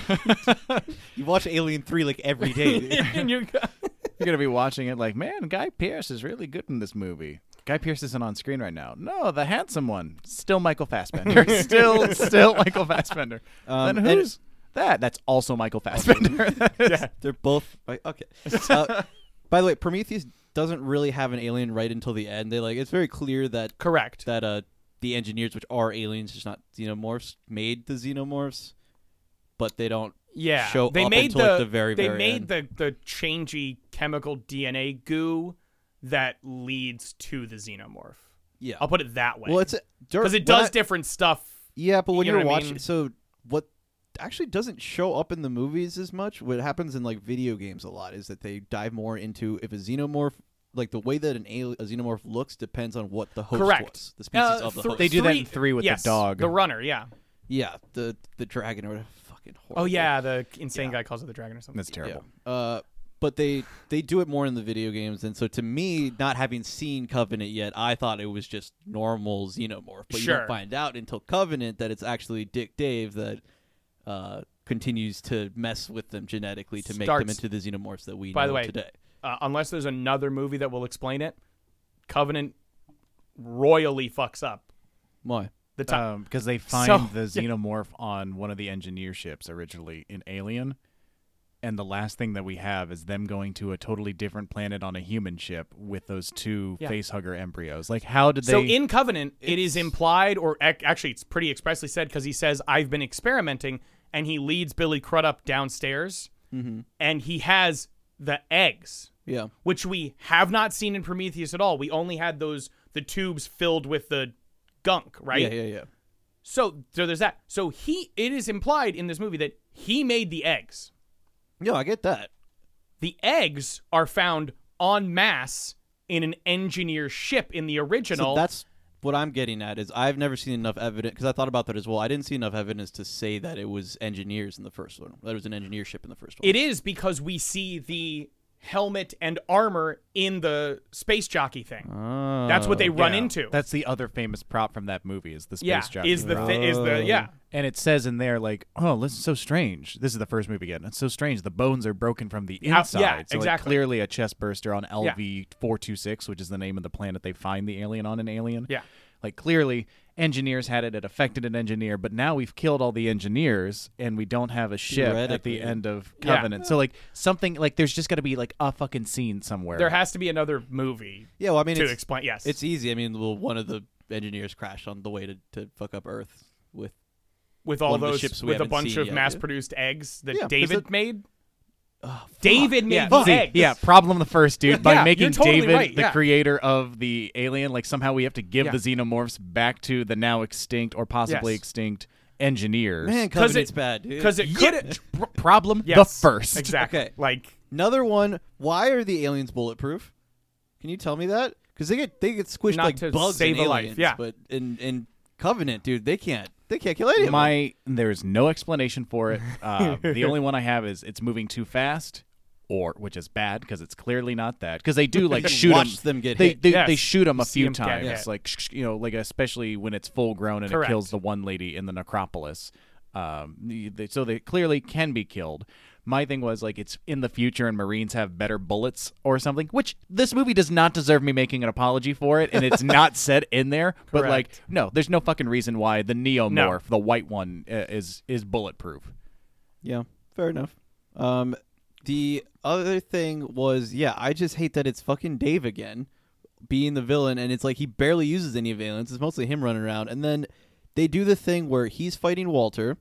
S4: You watch Alien Three like every day. dude.
S3: and you
S2: You're gonna be watching it like, man, Guy Pierce is really good in this movie. Guy Pierce isn't on screen right now. No, the handsome one, still Michael Fassbender. still, still Michael Fassbender.
S4: Um,
S2: then
S4: and-
S2: who's that? That's also Michael Fassbender. yeah.
S4: They're both like, okay. Uh, by the way, Prometheus doesn't really have an alien right until the end. They like it's very clear that
S3: Correct.
S4: that uh the engineers, which are aliens, just not xenomorphs, made the xenomorphs, but they don't.
S3: yeah.
S4: show
S3: they
S4: up
S3: made
S4: until,
S3: the,
S4: like, the very,
S3: they
S4: very
S3: made the the changey chemical DNA goo that leads to the xenomorph.
S4: Yeah.
S3: I'll put it that way.
S4: well, it's
S3: because it does different stuff.
S4: Yeah, but when
S3: You
S4: you
S3: know
S4: are
S3: what I
S4: watching,
S3: mean?
S4: so what actually doesn't show up in the movies as much, what happens in like video games a lot is that they dive more into if a xenomorph, like the way that an al- a xenomorph looks depends on what the host
S3: Correct.
S4: was, the species
S3: Uh,
S4: of the
S3: thr-
S4: host.
S2: They do that in three with the
S3: yes,
S2: dog.
S3: the runner. Yeah.
S4: yeah, the the dragon or whatever. Fucking horrible.
S3: Oh yeah, the insane guy calls it the dragon or something.
S2: That's terrible.
S4: Yeah. Uh, but they they do it more in the video games, and so to me, not having seen Covenant yet, I thought it was just normal xenomorph. But you
S3: Sure.
S4: don't find out until Covenant that it's actually Dick Dave that uh, continues to mess with them genetically to make them
S3: Starts-
S4: into the xenomorphs that we
S3: By
S4: know
S3: the way,
S4: today.
S3: uh, unless there's another movie that will explain it, Covenant royally fucks up
S4: Why?
S3: the time.
S2: Because Um, they find
S3: So-
S2: the xenomorph on one of the engineer ships originally in Alien, and the last thing that we have is them going to a totally different planet on a human ship with those two
S3: Yeah.
S2: facehugger embryos. Like, how did
S3: so
S2: they?
S3: in Covenant, it is implied, or ac- actually, it's pretty expressly said because he says, "I've been experimenting," and he leads Billy Crudup downstairs,
S4: Mm-hmm.
S3: and he has the eggs,
S4: Yeah,
S3: which we have not seen in Prometheus at all. We only had those the tubes filled with the gunk, right?
S4: yeah, yeah, yeah.
S3: So, so there's that. So he, it is implied in this movie that he made the eggs.
S4: No, I get that.
S3: The eggs are found en masse in an engineer ship in the original.
S4: So that's what I'm getting at is I've never seen enough evidence because I thought about that as well. I didn't see enough evidence to say that it was engineers in the first one. That it was an engineer ship in the first one.
S3: It is because we see the helmet and armor in the space jockey thing. That's what they
S4: Oh,
S3: run
S2: Yeah.
S3: into.
S2: Oh. That's the other famous prop from that movie is the space
S3: yeah,
S2: jockey.
S3: is the thi- is the yeah.
S4: Oh.
S2: and it says in there like, "Oh, this is so strange." This is the first movie again. It's so strange. The bones are broken from the
S3: yeah,
S2: inside. so like,
S3: exactly.
S2: clearly a chest burster on LV four two six, which is the name of the planet they find the alien on. An alien.
S3: Yeah.
S2: Like clearly, engineers had it. It affected an engineer, but now we've killed all the engineers, and we don't have a ship at
S4: Theoretically.
S2: the end of
S3: Yeah.
S2: Covenant. So like something like there's just got to be like a fucking scene somewhere.
S3: There has to be another movie
S4: Yeah, well, I mean,
S3: to
S4: it's,
S3: explain. Yes.
S4: It's easy. I mean, well, one of the engineers crashed on the way to, to fuck up Earth with.
S3: with all
S4: one of the
S3: those
S4: ships we
S3: with a
S4: haven't
S3: bunch
S4: seen
S3: of
S4: yet.
S3: mass-produced eggs that
S4: Yeah, 'cause
S3: David
S4: it- Oh,
S3: made. David made
S2: Yeah,
S3: these
S2: see,
S3: eggs.
S2: yeah, problem the first dude by
S3: Yeah, you're
S2: making
S3: totally
S2: David
S3: right,
S2: the
S3: yeah.
S2: creator of the alien. Like somehow we have to give
S3: Yeah.
S2: the xenomorphs back to the now extinct or possibly
S3: Yes.
S2: extinct engineers.
S4: Man,
S3: because
S4: Covenant's
S3: it's
S4: bad, dude.
S3: Because it could.
S2: Pr- problem
S3: Yes,
S2: the first.
S3: Exactly.
S4: Okay.
S3: Like
S4: Another one. Why are the aliens bulletproof? Can you tell me that? Because they get they get squished
S3: Not
S4: like
S3: to
S4: bugs
S3: save
S4: in
S3: a life,
S4: aliens,
S3: yeah.
S4: But in in Covenant, dude, they can't they can't kill anyone.
S2: My there's no explanation for it. Uh, the only one I have is it's moving too fast. Or which is bad because it's clearly not that because they do like
S4: You
S2: shoot 'em-
S4: watch them get
S2: they,
S4: hit.
S2: They,
S3: Yes.
S2: they shoot them
S3: You
S2: a
S3: see
S2: few
S3: 'em get
S2: times
S3: hit.
S2: like sh- sh- you know like especially when it's full grown and
S3: Correct.
S2: it kills the one lady in the necropolis. Um, y- they, so they clearly can be killed. My thing was like it's in the future and Marines have better bullets or something, which this movie does not deserve me making an apology for it, and it's not said in there. But like
S3: Correct.
S2: no, there's no fucking reason why the neomorph, the white one, uh, is is bulletproof.
S4: yeah, fair enough. Um, the other thing was yeah, I just hate that it's fucking Dave again, being the villain, and it's like he barely uses any of aliens. It's mostly him running around, and then they do the thing where he's fighting Walter,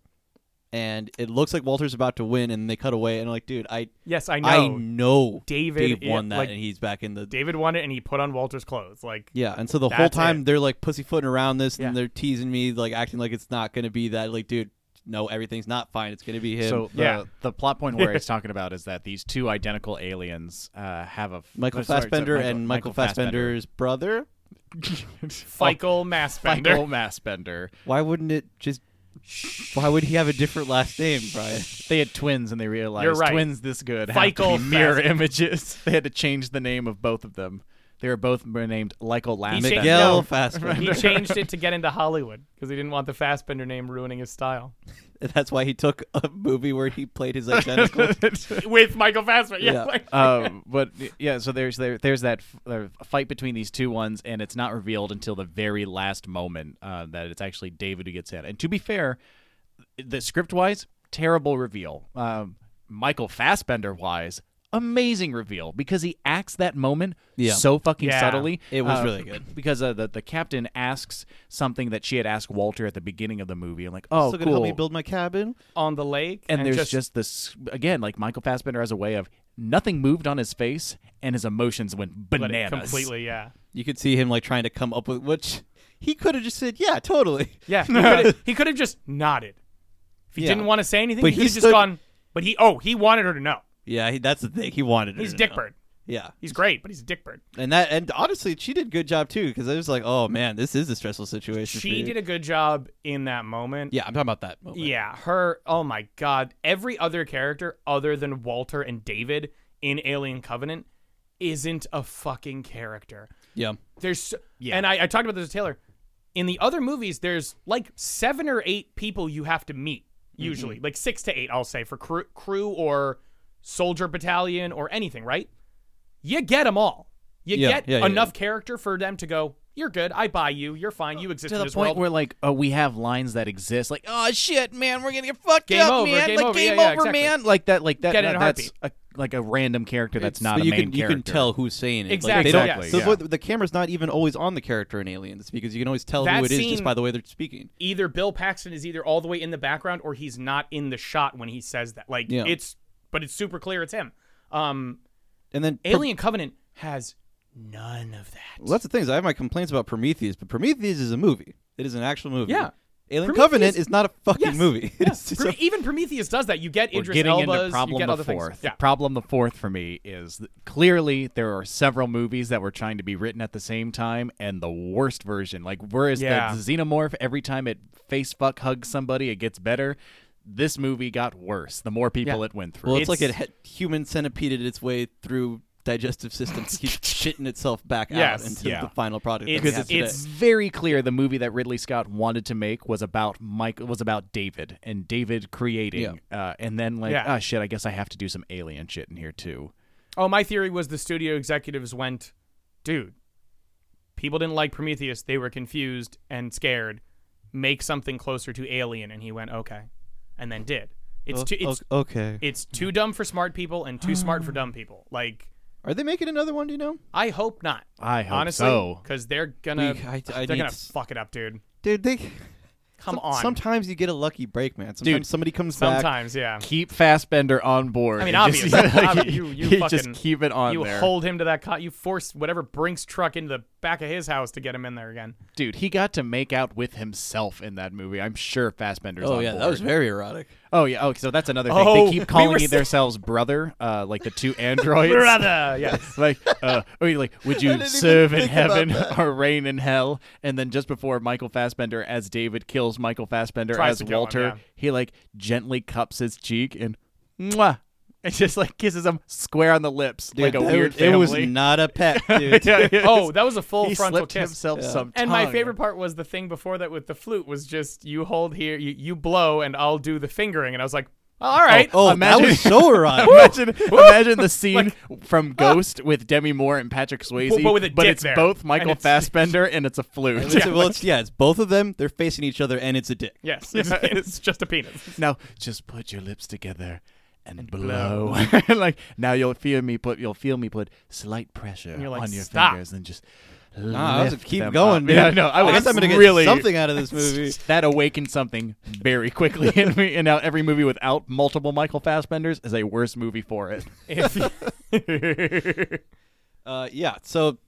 S4: and it looks like Walter's about to win, and they cut away, and I'm like, dude, I
S3: Yes, I know.
S4: I know
S3: David
S4: Dave won
S3: i-
S4: that,
S3: like-
S4: and he's back in the
S3: David won it, and he put on Walter's clothes. Like,
S4: yeah. And so the whole
S3: That's
S4: time
S3: it.
S4: they're like pussyfooting around this,
S3: Yeah.
S4: and they're teasing me, like acting like it's not gonna be that. Like, dude, no, everything's not fine. It's gonna be him.
S2: So the,
S3: Yeah.
S2: the plot point where it's talking about is that these two identical aliens uh, have a
S4: Michael
S2: oh, sorry, so
S4: Fassbender
S2: Michael-
S4: and Michael,
S2: Michael Fassbender.
S4: Fassbender's brother.
S3: Feichel Massbender.
S2: Michael Massbender.
S4: Why wouldn't it just? Why would he have a different last name, Brian?
S2: They had twins and they realized
S3: You're right.
S2: twins this good have to
S3: Michael
S2: be mirror
S3: Fass-
S2: images. They had to change the name of both of them. They were both named Michael
S3: changed-
S2: Lassbender.
S3: Mick-
S4: Miguel
S3: no.
S4: Fassbender.
S3: He changed it to get into Hollywood because he didn't want the Fassbender name ruining his style.
S4: That's why he took a movie where he played his identical.
S3: With Michael Fassbender. Yeah.
S4: Yeah.
S3: like-
S2: um, but yeah, so there's there, there's that f- uh, fight between these two ones, and it's not revealed until the very last moment uh, that it's actually David who gets hit. And to be fair, the script wise, terrible reveal. Um, Michael Fassbender wise, amazing reveal because he acts that moment
S4: Yeah.
S2: so fucking
S3: Yeah.
S2: subtly.
S4: It was really good.
S2: because uh, the the captain asks something that she had asked Walter at the beginning of the movie. I'm like, oh,
S4: so
S2: cool
S4: gonna help me build my cabin.
S3: on the lake.
S2: and, there's just, this again, like Michael Fassbender has a way of nothing moved on his face and his emotions went
S3: but it
S2: bananas.
S3: completely, yeah.
S4: You could see him like trying to come up with which he could have just said, "Yeah, totally."
S3: Yeah. He could've- He could have just nodded. If he
S4: Yeah.
S3: didn't want to say anything,
S4: But
S3: he
S4: he
S3: could have just
S4: stood-
S3: gone, but he, oh, he wanted her to know.
S4: Yeah, he, that's the thing. He wanted. her
S3: He's a
S4: to
S3: dick
S4: know.
S3: bird.
S4: Yeah,
S3: He's great, but he's a dick bird.
S4: and that and honestly, she did a good job too because I was like, "Oh man, this is a stressful situation." for
S3: She
S4: you."
S3: did a good job in that moment.
S4: Yeah, I'm talking about that moment.
S3: Yeah, her. Oh my God. Every other character other than Walter and David in Alien Covenant isn't a fucking character.
S4: Yeah.
S3: There's. Yeah. And I, I talked about this with Taylor. In the other movies, there's like seven or eight people you have to meet,
S4: Mm-hmm.
S3: usually. Like six to eight, I'll say, for crew, crew or soldier battalion or anything, right? You get them all. You
S4: Yeah,
S3: get
S4: yeah, yeah,
S3: enough
S4: yeah.
S3: character for them to go, you're good. I buy you. You're fine. You exist
S2: To
S3: in
S2: the
S3: this
S2: point
S3: world.
S2: where like oh we have lines that exist like oh shit man we're gonna get fucked
S3: Game
S2: up
S3: over,
S2: man
S3: game
S2: like
S3: over, yeah,
S2: game
S3: yeah,
S2: over
S3: exactly.
S2: man like that like that,
S3: Get it in a
S2: that's a, like a random character that's not
S4: but
S2: a
S4: you
S2: main
S4: can,
S2: character
S4: You can tell who's saying it.
S3: Exactly,
S4: Like, they don't-
S2: Exactly,
S4: So
S2: yeah.
S4: what- the camera's not even always on the character in Aliens because you can always tell
S3: That
S4: who it is
S3: scene-
S4: just by the way they're speaking.
S3: either Bill Paxton is either all the way in the background or he's not in the shot when he says that. Like
S4: Yeah.
S3: it's but it's super clear it's him. Um
S4: And then Pro-
S3: Alien Covenant has none of that.
S4: well, that's the thing. Is I have my complaints about Prometheus, but Prometheus is a movie. It is an actual movie.
S3: Yeah.
S4: Alien
S3: Prometheus-
S4: Covenant is not a fucking
S3: Yes.
S4: movie.
S3: Yeah.
S4: It is just
S3: Pro-
S4: a-
S3: even Prometheus does that. You get
S2: we're
S3: Idris
S2: getting
S3: Elba's,
S2: into
S3: you
S2: problem
S3: get
S2: the
S3: other
S2: fourth.
S3: things. Yeah.
S2: Problem the fourth for me is that clearly there are several movies that were trying to be written at the same time, and the worst version. Like whereas
S3: Yeah.
S2: the xenomorph, every time it face fuck hugs somebody, it gets better. This movie got worse the more people
S3: Yeah.
S2: it went through.
S4: well, it's, like it
S3: It's-
S4: had human centipeded its way through digestive system, keeps shitting itself back
S3: Yes.
S4: out into
S2: Yeah.
S4: the final product. that we
S3: It's-
S4: have
S2: it's
S4: today.
S2: very clear the movie that Ridley Scott wanted to make was about Mike was about David and David creating, uh, and then like
S3: Yeah.
S2: ah shit, I guess I have to do some alien shit in here too.
S3: Oh, my theory was the studio executives went, dude, people didn't like Prometheus. They were confused and scared. Make something closer to Alien, and he went, okay, and then did. It's too, it's
S4: O- Oh, okay.
S3: it's too dumb for smart people and too smart for dumb people. Like
S4: Are they making another one? Do you know,
S3: I hope not.
S2: I hope
S3: honestly,
S2: so.
S3: because they're gonna
S4: We- I- I
S3: they're
S4: need
S3: gonna
S4: s-
S3: fuck it up, dude.
S4: dude? They
S3: Come
S4: some-
S3: on.
S4: Sometimes you get a lucky break, man. Sometimes
S2: Dude,
S4: somebody comes back.
S3: Sometimes, yeah.
S2: keep Fassbender on board.
S3: I mean,
S2: and just-
S3: obviously,
S2: like,
S3: obvi- you- you fucking-
S2: just keep it on
S3: You
S2: there,
S3: hold him to that. Co- you force whatever Brinks truck into the back of his house to get him in there again.
S2: dude. He got to make out with himself in that movie. I'm sure Fassbender's.
S4: Oh
S2: on
S4: yeah,
S2: board.
S4: that was very erotic.
S2: Oh yeah. Oh, so that's another thing.
S3: Oh,
S2: they keep
S3: we
S2: calling
S3: were sa-
S2: themselves brother, uh, like the two androids.
S3: Brother, yeah.
S2: like, uh, oh, you're like, would
S4: I
S2: you
S4: didn't even
S2: serve in
S4: think about
S2: heaven
S4: that.
S2: or reign in hell? And then just before Michael Fassbender as David kills Michael Fassbender
S3: Tries to
S2: as
S3: kill him,
S2: Walter,
S3: yeah.
S2: he like gently cups his cheek and mwah, and just like kisses him square on the lips, like a
S4: Dude, that
S2: weird
S4: was- It was
S2: family.
S4: not a pet, dude.
S2: Yeah, yeah.
S3: Oh, that was a full
S2: he
S3: frontal
S2: slipped
S3: kiss.
S2: himself some
S3: And my
S2: tongue.
S3: favorite part was the thing before that with the flute was just you hold here, you, you blow, and I'll do the fingering. And I was like, all right.
S4: Oh,
S2: Imagine-
S4: that was so erotic.
S2: Imagine, imagine the scene from Ghost with Demi Moore and Patrick Swayze,
S3: but with a dick
S2: it's
S3: there.
S2: both
S3: And
S2: Michael
S3: it's-
S2: Fassbender and it's a flute.
S4: It's, well, it's, yeah, it's both of them. They're facing each other, and it's a dick.
S3: Yes, it's, it's just a penis.
S2: Now just put your lips together and, blow. like now you'll feel me put you'll feel me put slight pressure
S3: you're like,
S2: on your
S3: "Stop."
S2: fingers and just
S4: Nah, I was
S2: lift
S4: keep
S2: them
S4: going,
S2: up.
S4: dude.
S2: Yeah, no, I,
S4: guess
S2: was
S4: I'm gonna get
S2: really
S4: something out of this movie.
S2: that awakened something very quickly in me. And now every movie without multiple Michael Fassbenders is a worse movie for it.
S4: Uh, yeah. So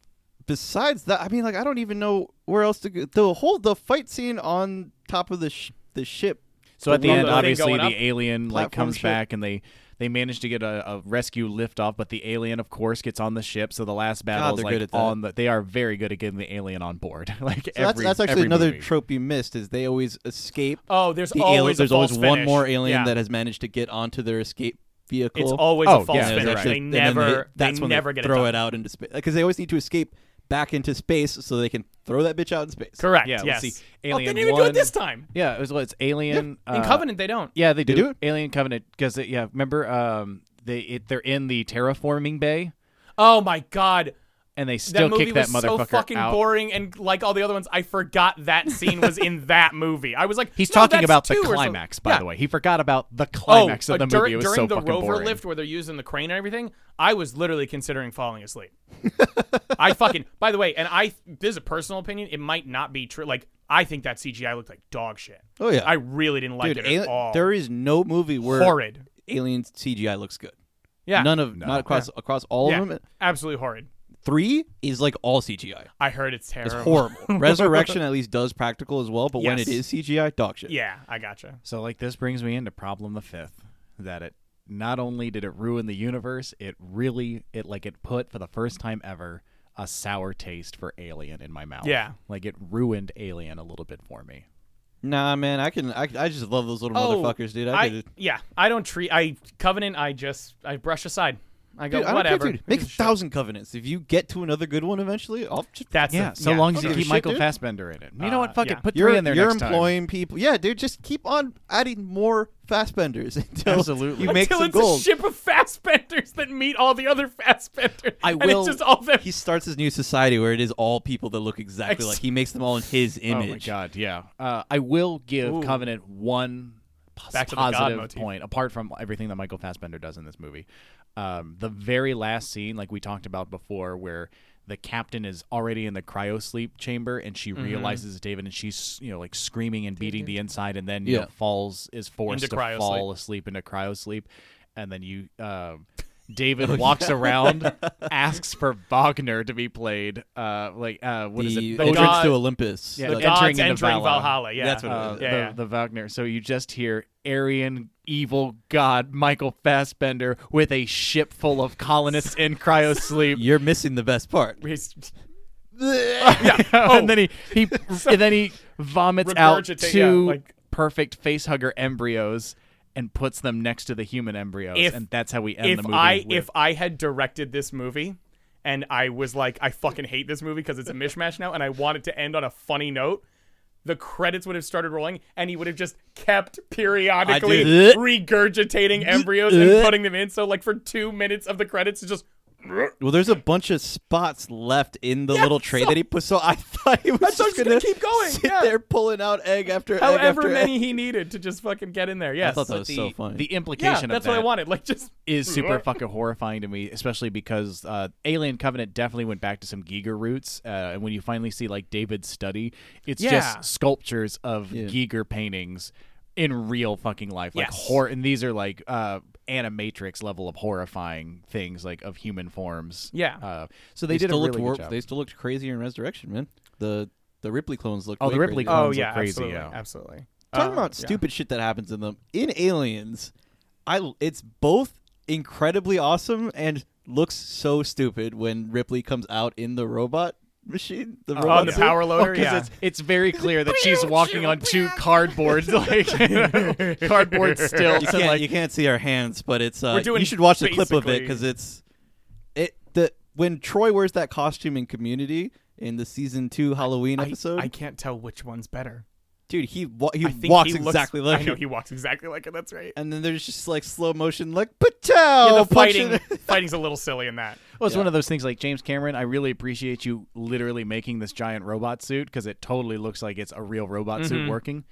S4: besides that, I mean, like, I don't even know where else to go. The whole the fight scene on top of the sh- the ship.
S2: So at the
S3: one
S2: end,
S3: with the thing
S2: obviously,
S3: going up,
S2: the alien like
S4: platform
S2: comes
S4: ship.
S2: back, and they they manage to get a, a rescue liftoff. But the alien, of course, gets on the ship. So the last battle is
S4: they're
S2: like
S4: good at that.
S2: on the. They are very good at getting the alien on board. Like
S4: So
S2: every,
S4: that's that's actually
S2: every
S4: another
S2: movie.
S4: trope you missed is they always escape.
S3: oh, there's
S4: the
S3: always
S4: alien.
S3: a
S4: There's
S3: false
S4: always one
S3: finish.
S4: more alien
S3: Yeah.
S4: that has managed to get onto their escape vehicle.
S3: It's always
S2: Oh,
S3: a false
S2: yeah, that's
S4: And
S3: finish.
S2: right.
S3: They
S4: and then
S3: never, they,
S4: that's when
S3: never
S4: they
S3: get
S4: throw
S3: it,
S4: it,
S3: done.
S4: out into space because they always need to escape back into space so they can throw that bitch out in space.
S3: Correct.
S2: Yeah,
S3: yes.
S2: let's see.
S3: oh, they
S2: Alien
S3: didn't even do it
S2: one.
S3: this time.
S2: Yeah, it was. well, It's Alien
S3: In
S2: uh,
S3: Covenant, they don't.
S2: Yeah, they do.
S4: do it?
S2: Alien Covenant because yeah, remember um they it, they're in the terraforming bay
S3: Oh my god.
S2: and they
S3: That
S2: still
S3: movie
S2: kick that
S3: was
S2: motherfucker
S3: so fucking
S2: out.
S3: boring, and like all the other ones, I forgot that scene was in that movie. I was like,
S2: He's
S3: no,
S2: talking
S3: that's
S2: about the
S3: two or something.
S2: climax, by
S3: Yeah.
S2: the way. He forgot about the climax
S3: oh,
S2: of the
S3: uh, dur-
S2: movie. It was
S3: during
S2: so
S3: the
S2: fucking
S3: rover
S2: boring.
S3: lift where they're using the crane and everything, I was literally considering falling asleep. I fucking. By the way, and I this is a personal opinion. It might not be true. Like I think that CGI looked like dog shit.
S4: Oh, yeah.
S3: I really didn't like
S4: Dude,
S3: it
S4: ali-
S3: at all.
S4: there is no movie where
S3: horrid.
S4: alien CGI looks good.
S3: Yeah,
S4: None of not across across all
S3: yeah,
S4: of them.
S3: absolutely horrid.
S4: Three is like all CGI.
S3: I heard it's terrible.
S4: It's horrible. Resurrection at least does practical as well, but when
S3: Yes.
S4: it is CGI, dog shit.
S3: Yeah, I gotcha.
S2: So like this brings me into problem the fifth that it not only did it ruin the universe, it really it like it put for the first time ever a sour taste for Alien in my mouth.
S3: Yeah.
S2: like it ruined Alien a little bit for me.
S4: Nah, man, I can. I, I just love those little
S3: Oh,
S4: motherfuckers, dude. I,
S3: I,
S4: could,
S3: yeah, I don't treat I covenant. I just I brush aside. I go
S4: dude, I don't care,
S3: whatever.
S4: dude. Make a
S3: Who gives a shit?
S4: thousand covenants. If you get to another good one eventually, I'll just.
S3: That's the-
S2: Yeah, so long as you
S4: Okay.
S2: keep
S4: Shit,
S2: Michael
S4: dude.
S2: Fassbender in it. You know
S3: Uh,
S2: what? Fuck
S3: yeah.
S2: it. Put
S4: You're,
S2: three in there
S4: you're
S2: next time.
S4: employing people. Yeah, dude, just keep on adding more fastbenders until
S2: Absolutely.
S4: you make
S3: Until
S4: some
S3: it's
S4: gold.
S3: a ship of fastbenders that meet all the other fastbenders.
S4: I
S3: And
S4: will-
S3: it's just all them.
S4: He starts his new society where it is all people that look exactly
S3: Ex-
S4: like. He makes them all in his image.
S2: Oh my god, yeah. Uh, I will give
S3: Ooh.
S2: Covenant one pos-
S3: Back to the god
S2: positive
S3: motif.
S2: point, apart from everything that Michael Fassbender does in this movie. Um, the very last scene, like we talked about before, where the captain is already in the cryo sleep chamber and she
S3: Mm-hmm.
S2: realizes it's David and she's you know like screaming and beating the inside and then you
S4: Yeah.
S2: know, falls is forced
S3: Into
S2: to
S3: cryo
S2: fall asleep into cryo sleep and then you um, David
S3: Oh,
S2: walks around asks for Wagner to be played uh, like uh, what
S4: The
S2: is it
S4: entrance
S3: god-
S4: to Olympus.
S2: Yeah,
S3: the
S2: like
S3: gods
S2: entering
S3: entering,
S2: into Valhalla.
S3: Valhalla. Yeah,
S4: That's what it
S2: uh,
S4: is.
S2: the,
S3: yeah, yeah.
S2: the Wagner. So you just hear Aryan evil god Michael Fassbender with a ship full of colonists in cryo sleep.
S4: You're missing the best part.
S3: He's-
S2: and then he, he and then he vomits out
S3: Oh. Regurgitate,
S2: two
S3: yeah, like-
S2: perfect face hugger embryos and puts them next to the human embryos
S3: If-
S2: and that's how we end the
S3: if
S2: movie.
S3: I
S2: with-
S3: if I had directed this movie and I was like, I fucking hate this movie because it's a mishmash now, and I want it to end on a funny note. The credits would have started rolling, and he would have just kept periodically
S4: did-
S3: regurgitating embryos and putting them in. So, like for two minutes of the credits, it's just
S4: Well, there's a bunch of spots left in the little tray that he put, so I thought he was
S3: That's
S4: just
S3: just
S4: gonna,
S3: gonna keep going,
S4: Sit
S3: yeah.
S4: there pulling out egg after egg
S3: however
S4: after
S3: many
S4: Egg.
S3: he needed to just fucking get in there. Yes,
S4: I thought that was
S2: the,
S4: so funny.
S2: the
S3: yeah,
S2: implication of
S3: that's
S2: that
S3: what I wanted. Like just
S2: is super fucking horrifying to me, especially because uh, Alien Covenant definitely went back to some Giger roots. Uh, and when you finally see like David's study, it's
S3: Yeah.
S2: just sculptures of
S4: Yeah.
S2: Giger paintings in real fucking life, like
S3: Yes.
S2: horror. And these are like uh, animatrix level of horrifying things, like of human forms.
S3: Yeah. Oh,
S2: Uh, so
S4: they,
S2: they, did a
S4: still
S2: really
S4: looked
S2: good
S4: warped.
S2: job.
S4: They still looked crazy in Resurrection, man. The the Ripley clones looked.
S2: Oh, the
S4: way
S2: Ripley
S4: crazy.
S2: clones
S3: Oh
S2: look
S3: yeah,
S2: crazy,
S3: absolutely,
S2: yeah.
S3: absolutely.
S4: Talking
S3: Uh,
S4: about
S3: yeah.
S4: stupid shit that happens in them in Aliens, I it's both incredibly awesome and looks so stupid when Ripley comes out in the robot machine. The robot
S3: Oh, the
S4: suit.
S3: power loader,
S2: Because
S3: yeah.
S2: Oh, it's it's very clear that she's walking on two cardboards, like you know, cardboard
S4: You
S2: stilts, and
S4: can't,
S2: like
S4: you can't see our hands, but it's. Uh,
S3: We're doing
S4: you should watch the clip of it
S3: basically-
S4: because it's. It the when Troy wears that costume in Community in the season two Halloween
S3: I-
S4: episode,
S3: I, can't tell which one's better.
S4: dude, he wa- he
S3: I think
S4: walks
S3: he looks,
S4: exactly like
S3: I know
S4: him.
S3: he walks exactly like it. That's right.
S4: and then there's just like slow motion, like Patel
S3: yeah, the
S4: punching-
S3: fighting, fighting's a little silly in that.
S2: Well, it's one of those things like James Cameron. I really appreciate you literally making this giant robot suit because it totally looks like it's a real robot
S4: Mm-hmm.
S2: suit working.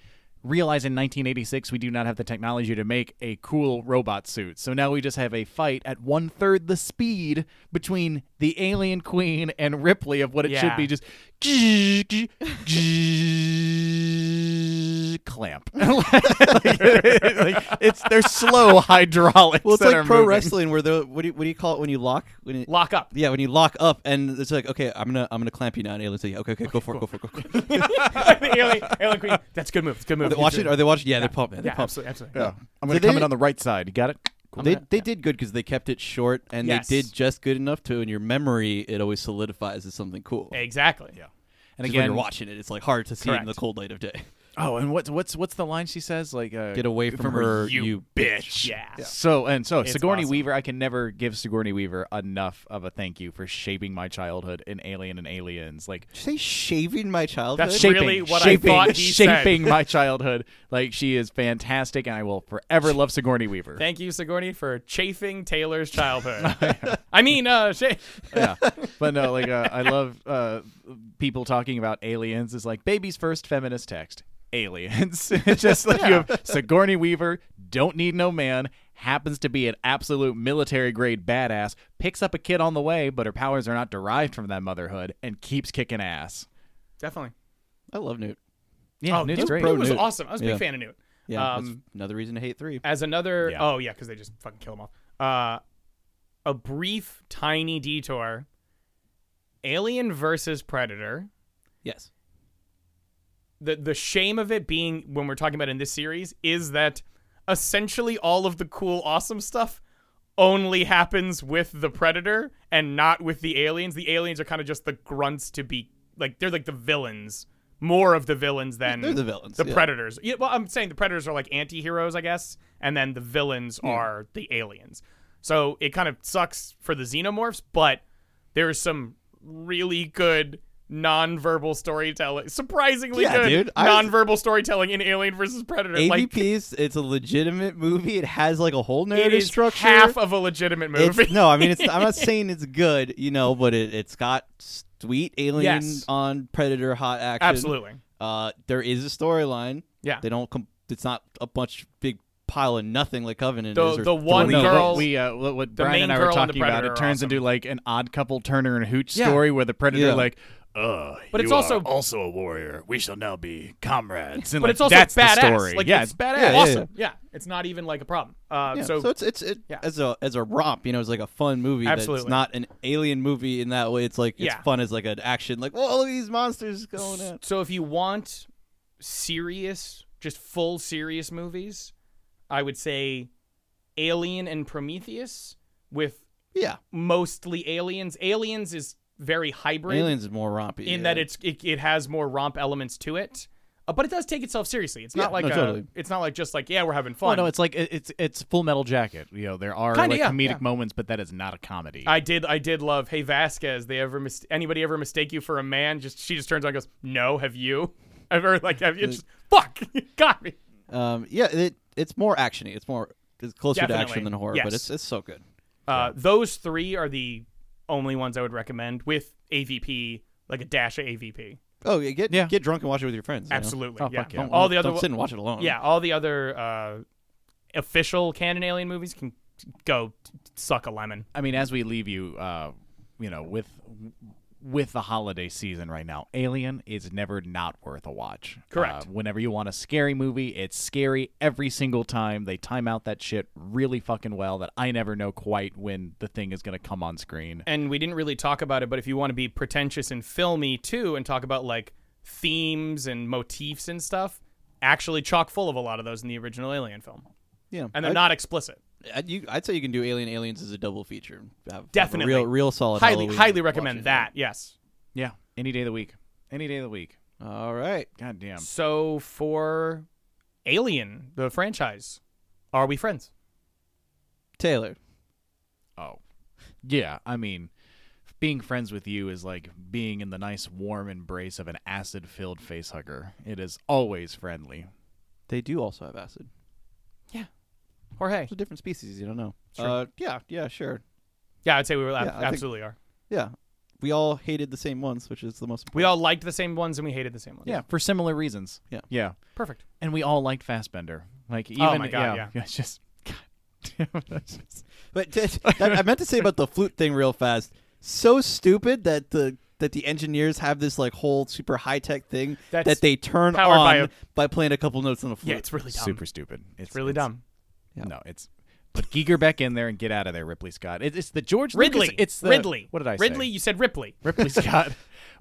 S2: Realize in 1986 we do not have the technology to make a cool robot suit, so now we just have a fight at one third the speed between the alien queen and Ripley of what it should
S3: Yeah.
S2: be just clamp. Like, like, it's they're slow hydraulics.
S4: Well, it's
S2: that
S4: like
S2: are
S4: pro
S2: moving.
S4: wrestling where the what do you, what do you call it when you lock when you,
S3: Lock up.
S4: yeah when you lock up and it's like okay I'm gonna I'm gonna clamp you now and aliens say okay okay go for it go for it go for it.
S3: The alien- alien queen. That's a good move. It's a good
S4: Are
S3: move.
S4: they watching? Are they watching? Yeah, they're pumped. Man. They're
S3: Yeah,
S4: pumped.
S3: absolutely. absolutely.
S2: Yeah. I'm gonna
S4: Did
S2: come
S4: they-
S2: in on the right side. You got it? Cool.
S4: They, they did good because they kept it short and
S3: Yes.
S4: they did just good enough to in your memory it always solidifies as something cool.
S3: Exactly. Yeah.
S2: and
S4: 'Cause
S2: again,
S4: when you're watching it, it's like hard to see it in the
S3: Correct.
S4: cold light of day.
S2: Oh, and what's what's what's the line she says? Like, uh,
S4: Get away from, her, you, bitch.
S3: Yeah.
S2: So and so
S3: It's
S2: Sigourney
S3: awesome.
S2: Weaver, I can never give Sigourney Weaver enough of a thank you for shaping my childhood in Alien and Aliens. Like
S4: Did you say shaving my childhood?
S3: That's
S2: shaping,
S3: really what I
S2: shaping,
S3: thought he said.
S2: shaping my childhood. Like she is fantastic, and I will forever love Sigourney Weaver.
S3: Thank you, Sigourney, for chafing Taylor's childhood. I mean, uh, sh-
S2: yeah, but no, like uh, I love uh, people talking about aliens. Is like baby's first feminist text, aliens. It's just like you have Sigourney Weaver, don't need no man, happens to be an absolute military grade badass, picks up a kid on the way, but her powers are not derived from that motherhood, and keeps kicking ass.
S3: definitely.
S4: I love Newt.
S2: Yeah,
S3: oh,
S2: Newt's
S3: Newt,
S2: great.
S3: Newt was
S4: Newt.
S3: awesome. I was a
S4: Yeah.
S3: big fan of Newt.
S4: Yeah, that's
S3: Um,
S4: another reason to hate three.
S3: As another,
S2: Yeah.
S3: oh yeah, because they just fucking kill him off. Uh, a brief, tiny detour. Alien versus Predator.
S4: Yes.
S3: the the shame of it being when we're talking about in this series is that essentially all of the cool awesome stuff only happens with the predator and not with the aliens the aliens are kind of just the grunts to be like they're like the villains more of the villains than
S4: They're the villains,
S3: Mm. the
S4: yeah.
S3: predators yeah well i'm saying the predators are like anti-heroes i guess and then the villains
S4: Hmm.
S3: are the aliens so it kind of sucks for the xenomorphs but there's some really good non-verbal storytelling surprisingly
S4: Yeah,
S3: good
S4: dude. I was-
S3: non-verbal storytelling in alien versus predator like
S4: AVPs, it's a legitimate movie. It has like a whole
S3: it
S4: narrative
S3: is
S4: structure.
S3: half of a legitimate movie
S4: It's, no, I mean, it's, I'm not saying it's good, you know, but it, it's got sweet alien
S3: Yes.
S4: on predator hot action.
S3: absolutely
S4: Uh, there is a storyline.
S3: Yeah.
S4: They don't. Com- it's not a bunch big pile of nothing like Covenant.
S3: The-
S4: is or
S3: the one
S4: Three.
S2: No,
S3: girl- girls-
S2: what we uh, what, what
S3: the
S2: Brian
S3: main
S2: and I were
S3: girl and the
S2: talking about,
S3: Predator
S2: it
S3: are
S2: turns
S3: awesome.
S2: into like an odd couple Turner and Hooch
S4: Yeah.
S2: story where the predator
S4: Yeah.
S2: like,
S1: Uh,
S3: But
S1: you
S3: it's also-
S1: are also a warrior. We shall now be comrades. And
S3: but
S2: like,
S3: it's also
S2: that's the
S3: badass
S2: story.
S3: like
S2: Yeah, it's-
S3: it's badass
S4: yeah, yeah,
S3: awesome yeah. it's not even like a problem uh
S4: Yeah,
S3: so,
S4: so it's it's it,
S3: yeah.
S4: as a as a romp, you know, it's like a fun movie. that's
S3: Absolutely.
S4: not an alien movie in that way. It's like it's
S3: Yeah.
S4: fun as like an action, like whoa, look at these monsters going at.
S3: so if you want serious just full serious movies i would say alien and prometheus with
S4: Yeah,
S3: mostly aliens aliens is very hybrid
S4: aliens is more rompy
S3: in
S4: yeah.
S3: that it's it, it has more romp elements to it, uh, but it does take itself seriously. It's
S4: Yeah,
S3: not like
S4: no,
S3: a,
S4: totally.
S3: it's not like just like yeah we're having fun.
S2: Well, no, it's like it- it's it's Full Metal Jacket. You know, there are
S3: Kinda,
S2: like
S3: yeah,
S2: comedic
S3: yeah.
S2: moments, but that is not a comedy.
S3: I did I did love Hey Vasquez. They ever mis- anybody ever mistake you for a man? Just she just turns around and goes no. Have you ever like have you just fuck got me?
S4: um yeah it it's more actiony. It's more it's closer to action
S3: Definitely.
S4: than horror,
S3: Yes.
S4: but it's it's so good.
S3: Uh, Those three are the only ones I would recommend with AVP like a dash of AVP.
S4: Oh yeah, get
S2: Yeah.
S4: get drunk and watch it with your friends. you know?
S3: Absolutely,
S2: Oh,
S3: yeah.
S2: fuck yeah.
S4: Don't-
S3: All the
S4: don't
S3: other
S4: sit and watch it alone.
S3: yeah, all the other uh, official canon alien movies can go t- suck a lemon.
S2: I mean, as we leave you, uh, you know, with with the holiday season right now, Alien is never not worth a watch.
S3: Correct.
S2: Uh, whenever you want a scary movie, it's scary every single time. They time out that shit really fucking well. That I never know quite when the thing is gonna come on screen.
S3: and we didn't really talk about it, but if you want to be pretentious and filmy too and talk about like themes and motifs and stuff, actually chock full of a lot of those in the original Alien film.
S4: yeah.
S3: And they're
S4: I-
S3: not explicit.
S4: I'd, you, I'd say you can do Alien Aliens as a double feature. Have- have a
S3: Definitely.
S4: real, real solid.
S3: highly,
S4: Halloween
S3: highly
S4: watch
S3: recommend
S4: it.
S3: that. Yes.
S2: Yeah, any day of the week. Any day of the week.
S4: All right.
S2: God damn.
S3: So for Alien, the franchise, are we friends?
S4: Taylor.
S2: Oh, yeah. I mean, being friends with you is like being in the nice warm embrace of an acid filled face hugger. It is always friendly.
S4: They do also have acid.
S3: Jorge.
S4: It's a different species. You don't know. Uh, yeah, yeah, sure.
S3: Yeah, I'd say we were ab-
S4: Yeah, I think-
S3: absolutely are.
S4: Yeah. We all hated the same ones, which is the most
S3: We all liked the same ones and we hated the same ones.
S2: Yeah, for similar reasons.
S4: Yeah.
S2: Yeah.
S3: Perfect.
S2: And we all liked Fassbender. Like even
S3: Oh my God, yeah.
S2: it's just God damn, that's just-
S4: But t- that, I meant to say about the flute thing real fast. so stupid that the that the engineers have this like whole super high tech thing
S3: That's
S4: that they turn
S3: powered
S4: on
S3: by
S4: by,
S3: a-
S4: playing a couple notes on the flute.
S3: Yeah, it's really dumb.
S2: Super stupid. It's,
S3: It's really dumb.
S2: No, it's put Giger back in there and get out of there, Ripley Scott. It, it's the George Lucas-
S3: Ridley.
S2: it's the,
S3: Ridley.
S2: What did I say?
S3: Ridley, you said Ripley.
S2: Ripley Scott.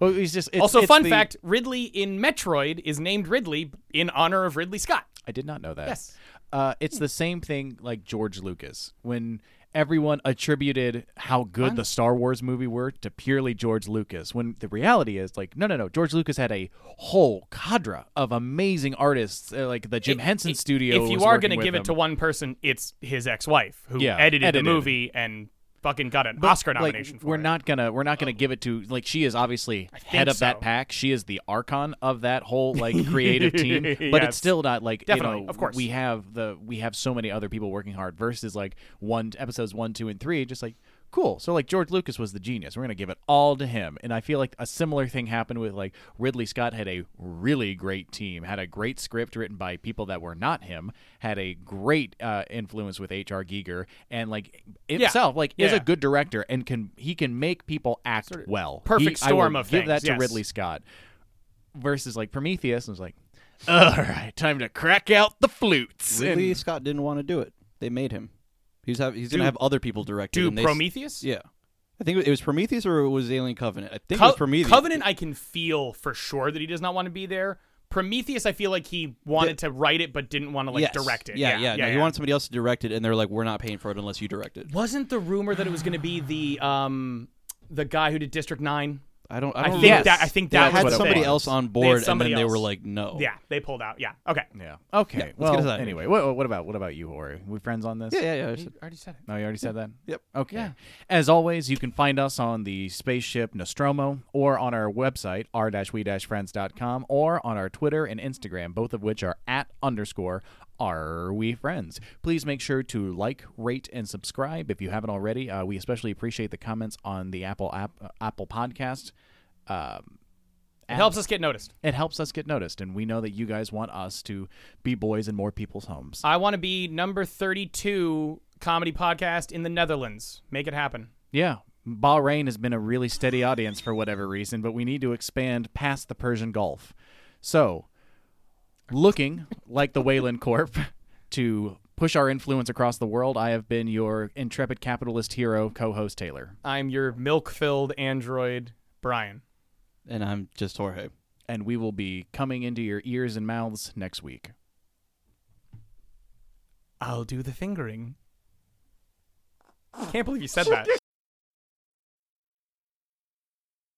S2: Well, he's just it's-
S3: also,
S2: it's
S3: fun
S2: the-
S3: fact Ridley in Metroid is named Ridley in honor of Ridley Scott.
S2: I did not know that.
S3: Yes.
S2: Uh, it's the same thing like George Lucas when everyone attributed how good the Star Wars movie were to purely George Lucas when the reality is like no no no George Lucas had a whole cadre of amazing artists uh, like the Jim Henson studio
S3: If you
S2: was
S3: are
S2: working
S3: gonna
S2: with
S3: give it to
S2: him.
S3: one person, it's his ex-wife who
S2: Yeah,
S3: edited,
S2: edited.
S3: the movie and fucking got an Oscar
S2: Like,
S3: nomination for
S2: we're
S3: it.
S2: not gonna we're not gonna give it to like she is obviously head of
S3: so.
S2: that pack she is the archon of that whole like creative team but
S3: Yes.
S2: it's still not like
S3: Definitely,
S2: you know,
S3: of course.
S2: we have the we have so many other people working hard versus like one episodes one two and three just like cool so like george lucas was the genius we're gonna give it all to him and i feel like a similar thing happened with like ridley scott had a really great team had a great script written by people that were not him had a great uh, influence with hr giger and like himself like is
S3: Yeah.
S2: a good director and can he can make people act well
S3: perfect
S2: He- I will
S3: storm of
S2: give
S3: things,
S2: that to
S3: yes.
S2: ridley scott versus like prometheus and was like all right time to crack out the flutes and-
S4: Ridley Scott didn't want to do it. They made him. He's have, he's gonna have other people direct it.
S3: Do
S4: and they s-
S3: Prometheus?
S4: Yeah, I think it was Prometheus or it was Alien Covenant. I think
S3: Co-
S4: it was Prometheus.
S3: Covenant, I can feel for sure that he does not want to be there. Prometheus, I feel like he wanted to write it but didn't want to like
S4: Yes.
S3: direct it.
S4: Yeah,
S3: yeah,
S4: yeah. no, he wanted somebody else to direct it, and they're like, "We're not paying for it unless you direct it."
S3: Wasn't the rumor that it was going to be the um the guy who did District Nine?
S4: I don't. I,
S3: I
S4: don't
S3: think
S4: remember.
S3: that I think
S4: They
S3: that was
S4: had
S3: the
S4: somebody
S3: thing.
S4: else on
S3: They had
S4: board, and then
S3: somebody
S4: they were
S3: else.
S4: like, "No."
S3: Yeah, they pulled out. Yeah. Okay.
S2: yeah okay
S4: let's
S2: well
S4: get us out of here.
S2: anyway what, what about what about you Ori we friends on this
S4: yeah, yeah, yeah.
S3: I already said it.
S2: Oh, you already said that?
S4: Yep.
S2: Okay. As always, you can find us on the spaceship Nostromo or on our website, r we friends.com, or on our Twitter and Instagram, both of which are at underscore are we friends. Please make sure to like, rate, and subscribe if you haven't already. Uh, we especially appreciate the comments on the Apple app, uh, Apple podcast. Um,
S3: It helps us get noticed.
S2: It helps us get noticed, and we know that you guys want us to be boys in more people's homes.
S3: I want to be number 32 comedy podcast in the Netherlands. Make it happen.
S2: Yeah. Bahrain has been a really steady audience for whatever reason, but we need to expand past the Persian Gulf. So, looking like the Wayland Corp to push our influence across the world, I have been your intrepid capitalist hero, co host Taylor.
S3: I'm your milk-filled android, Brian.
S4: And I'm just Jorge.
S2: And we will be coming into your ears and mouths next week.
S3: I'll do the fingering. Can't believe you said that.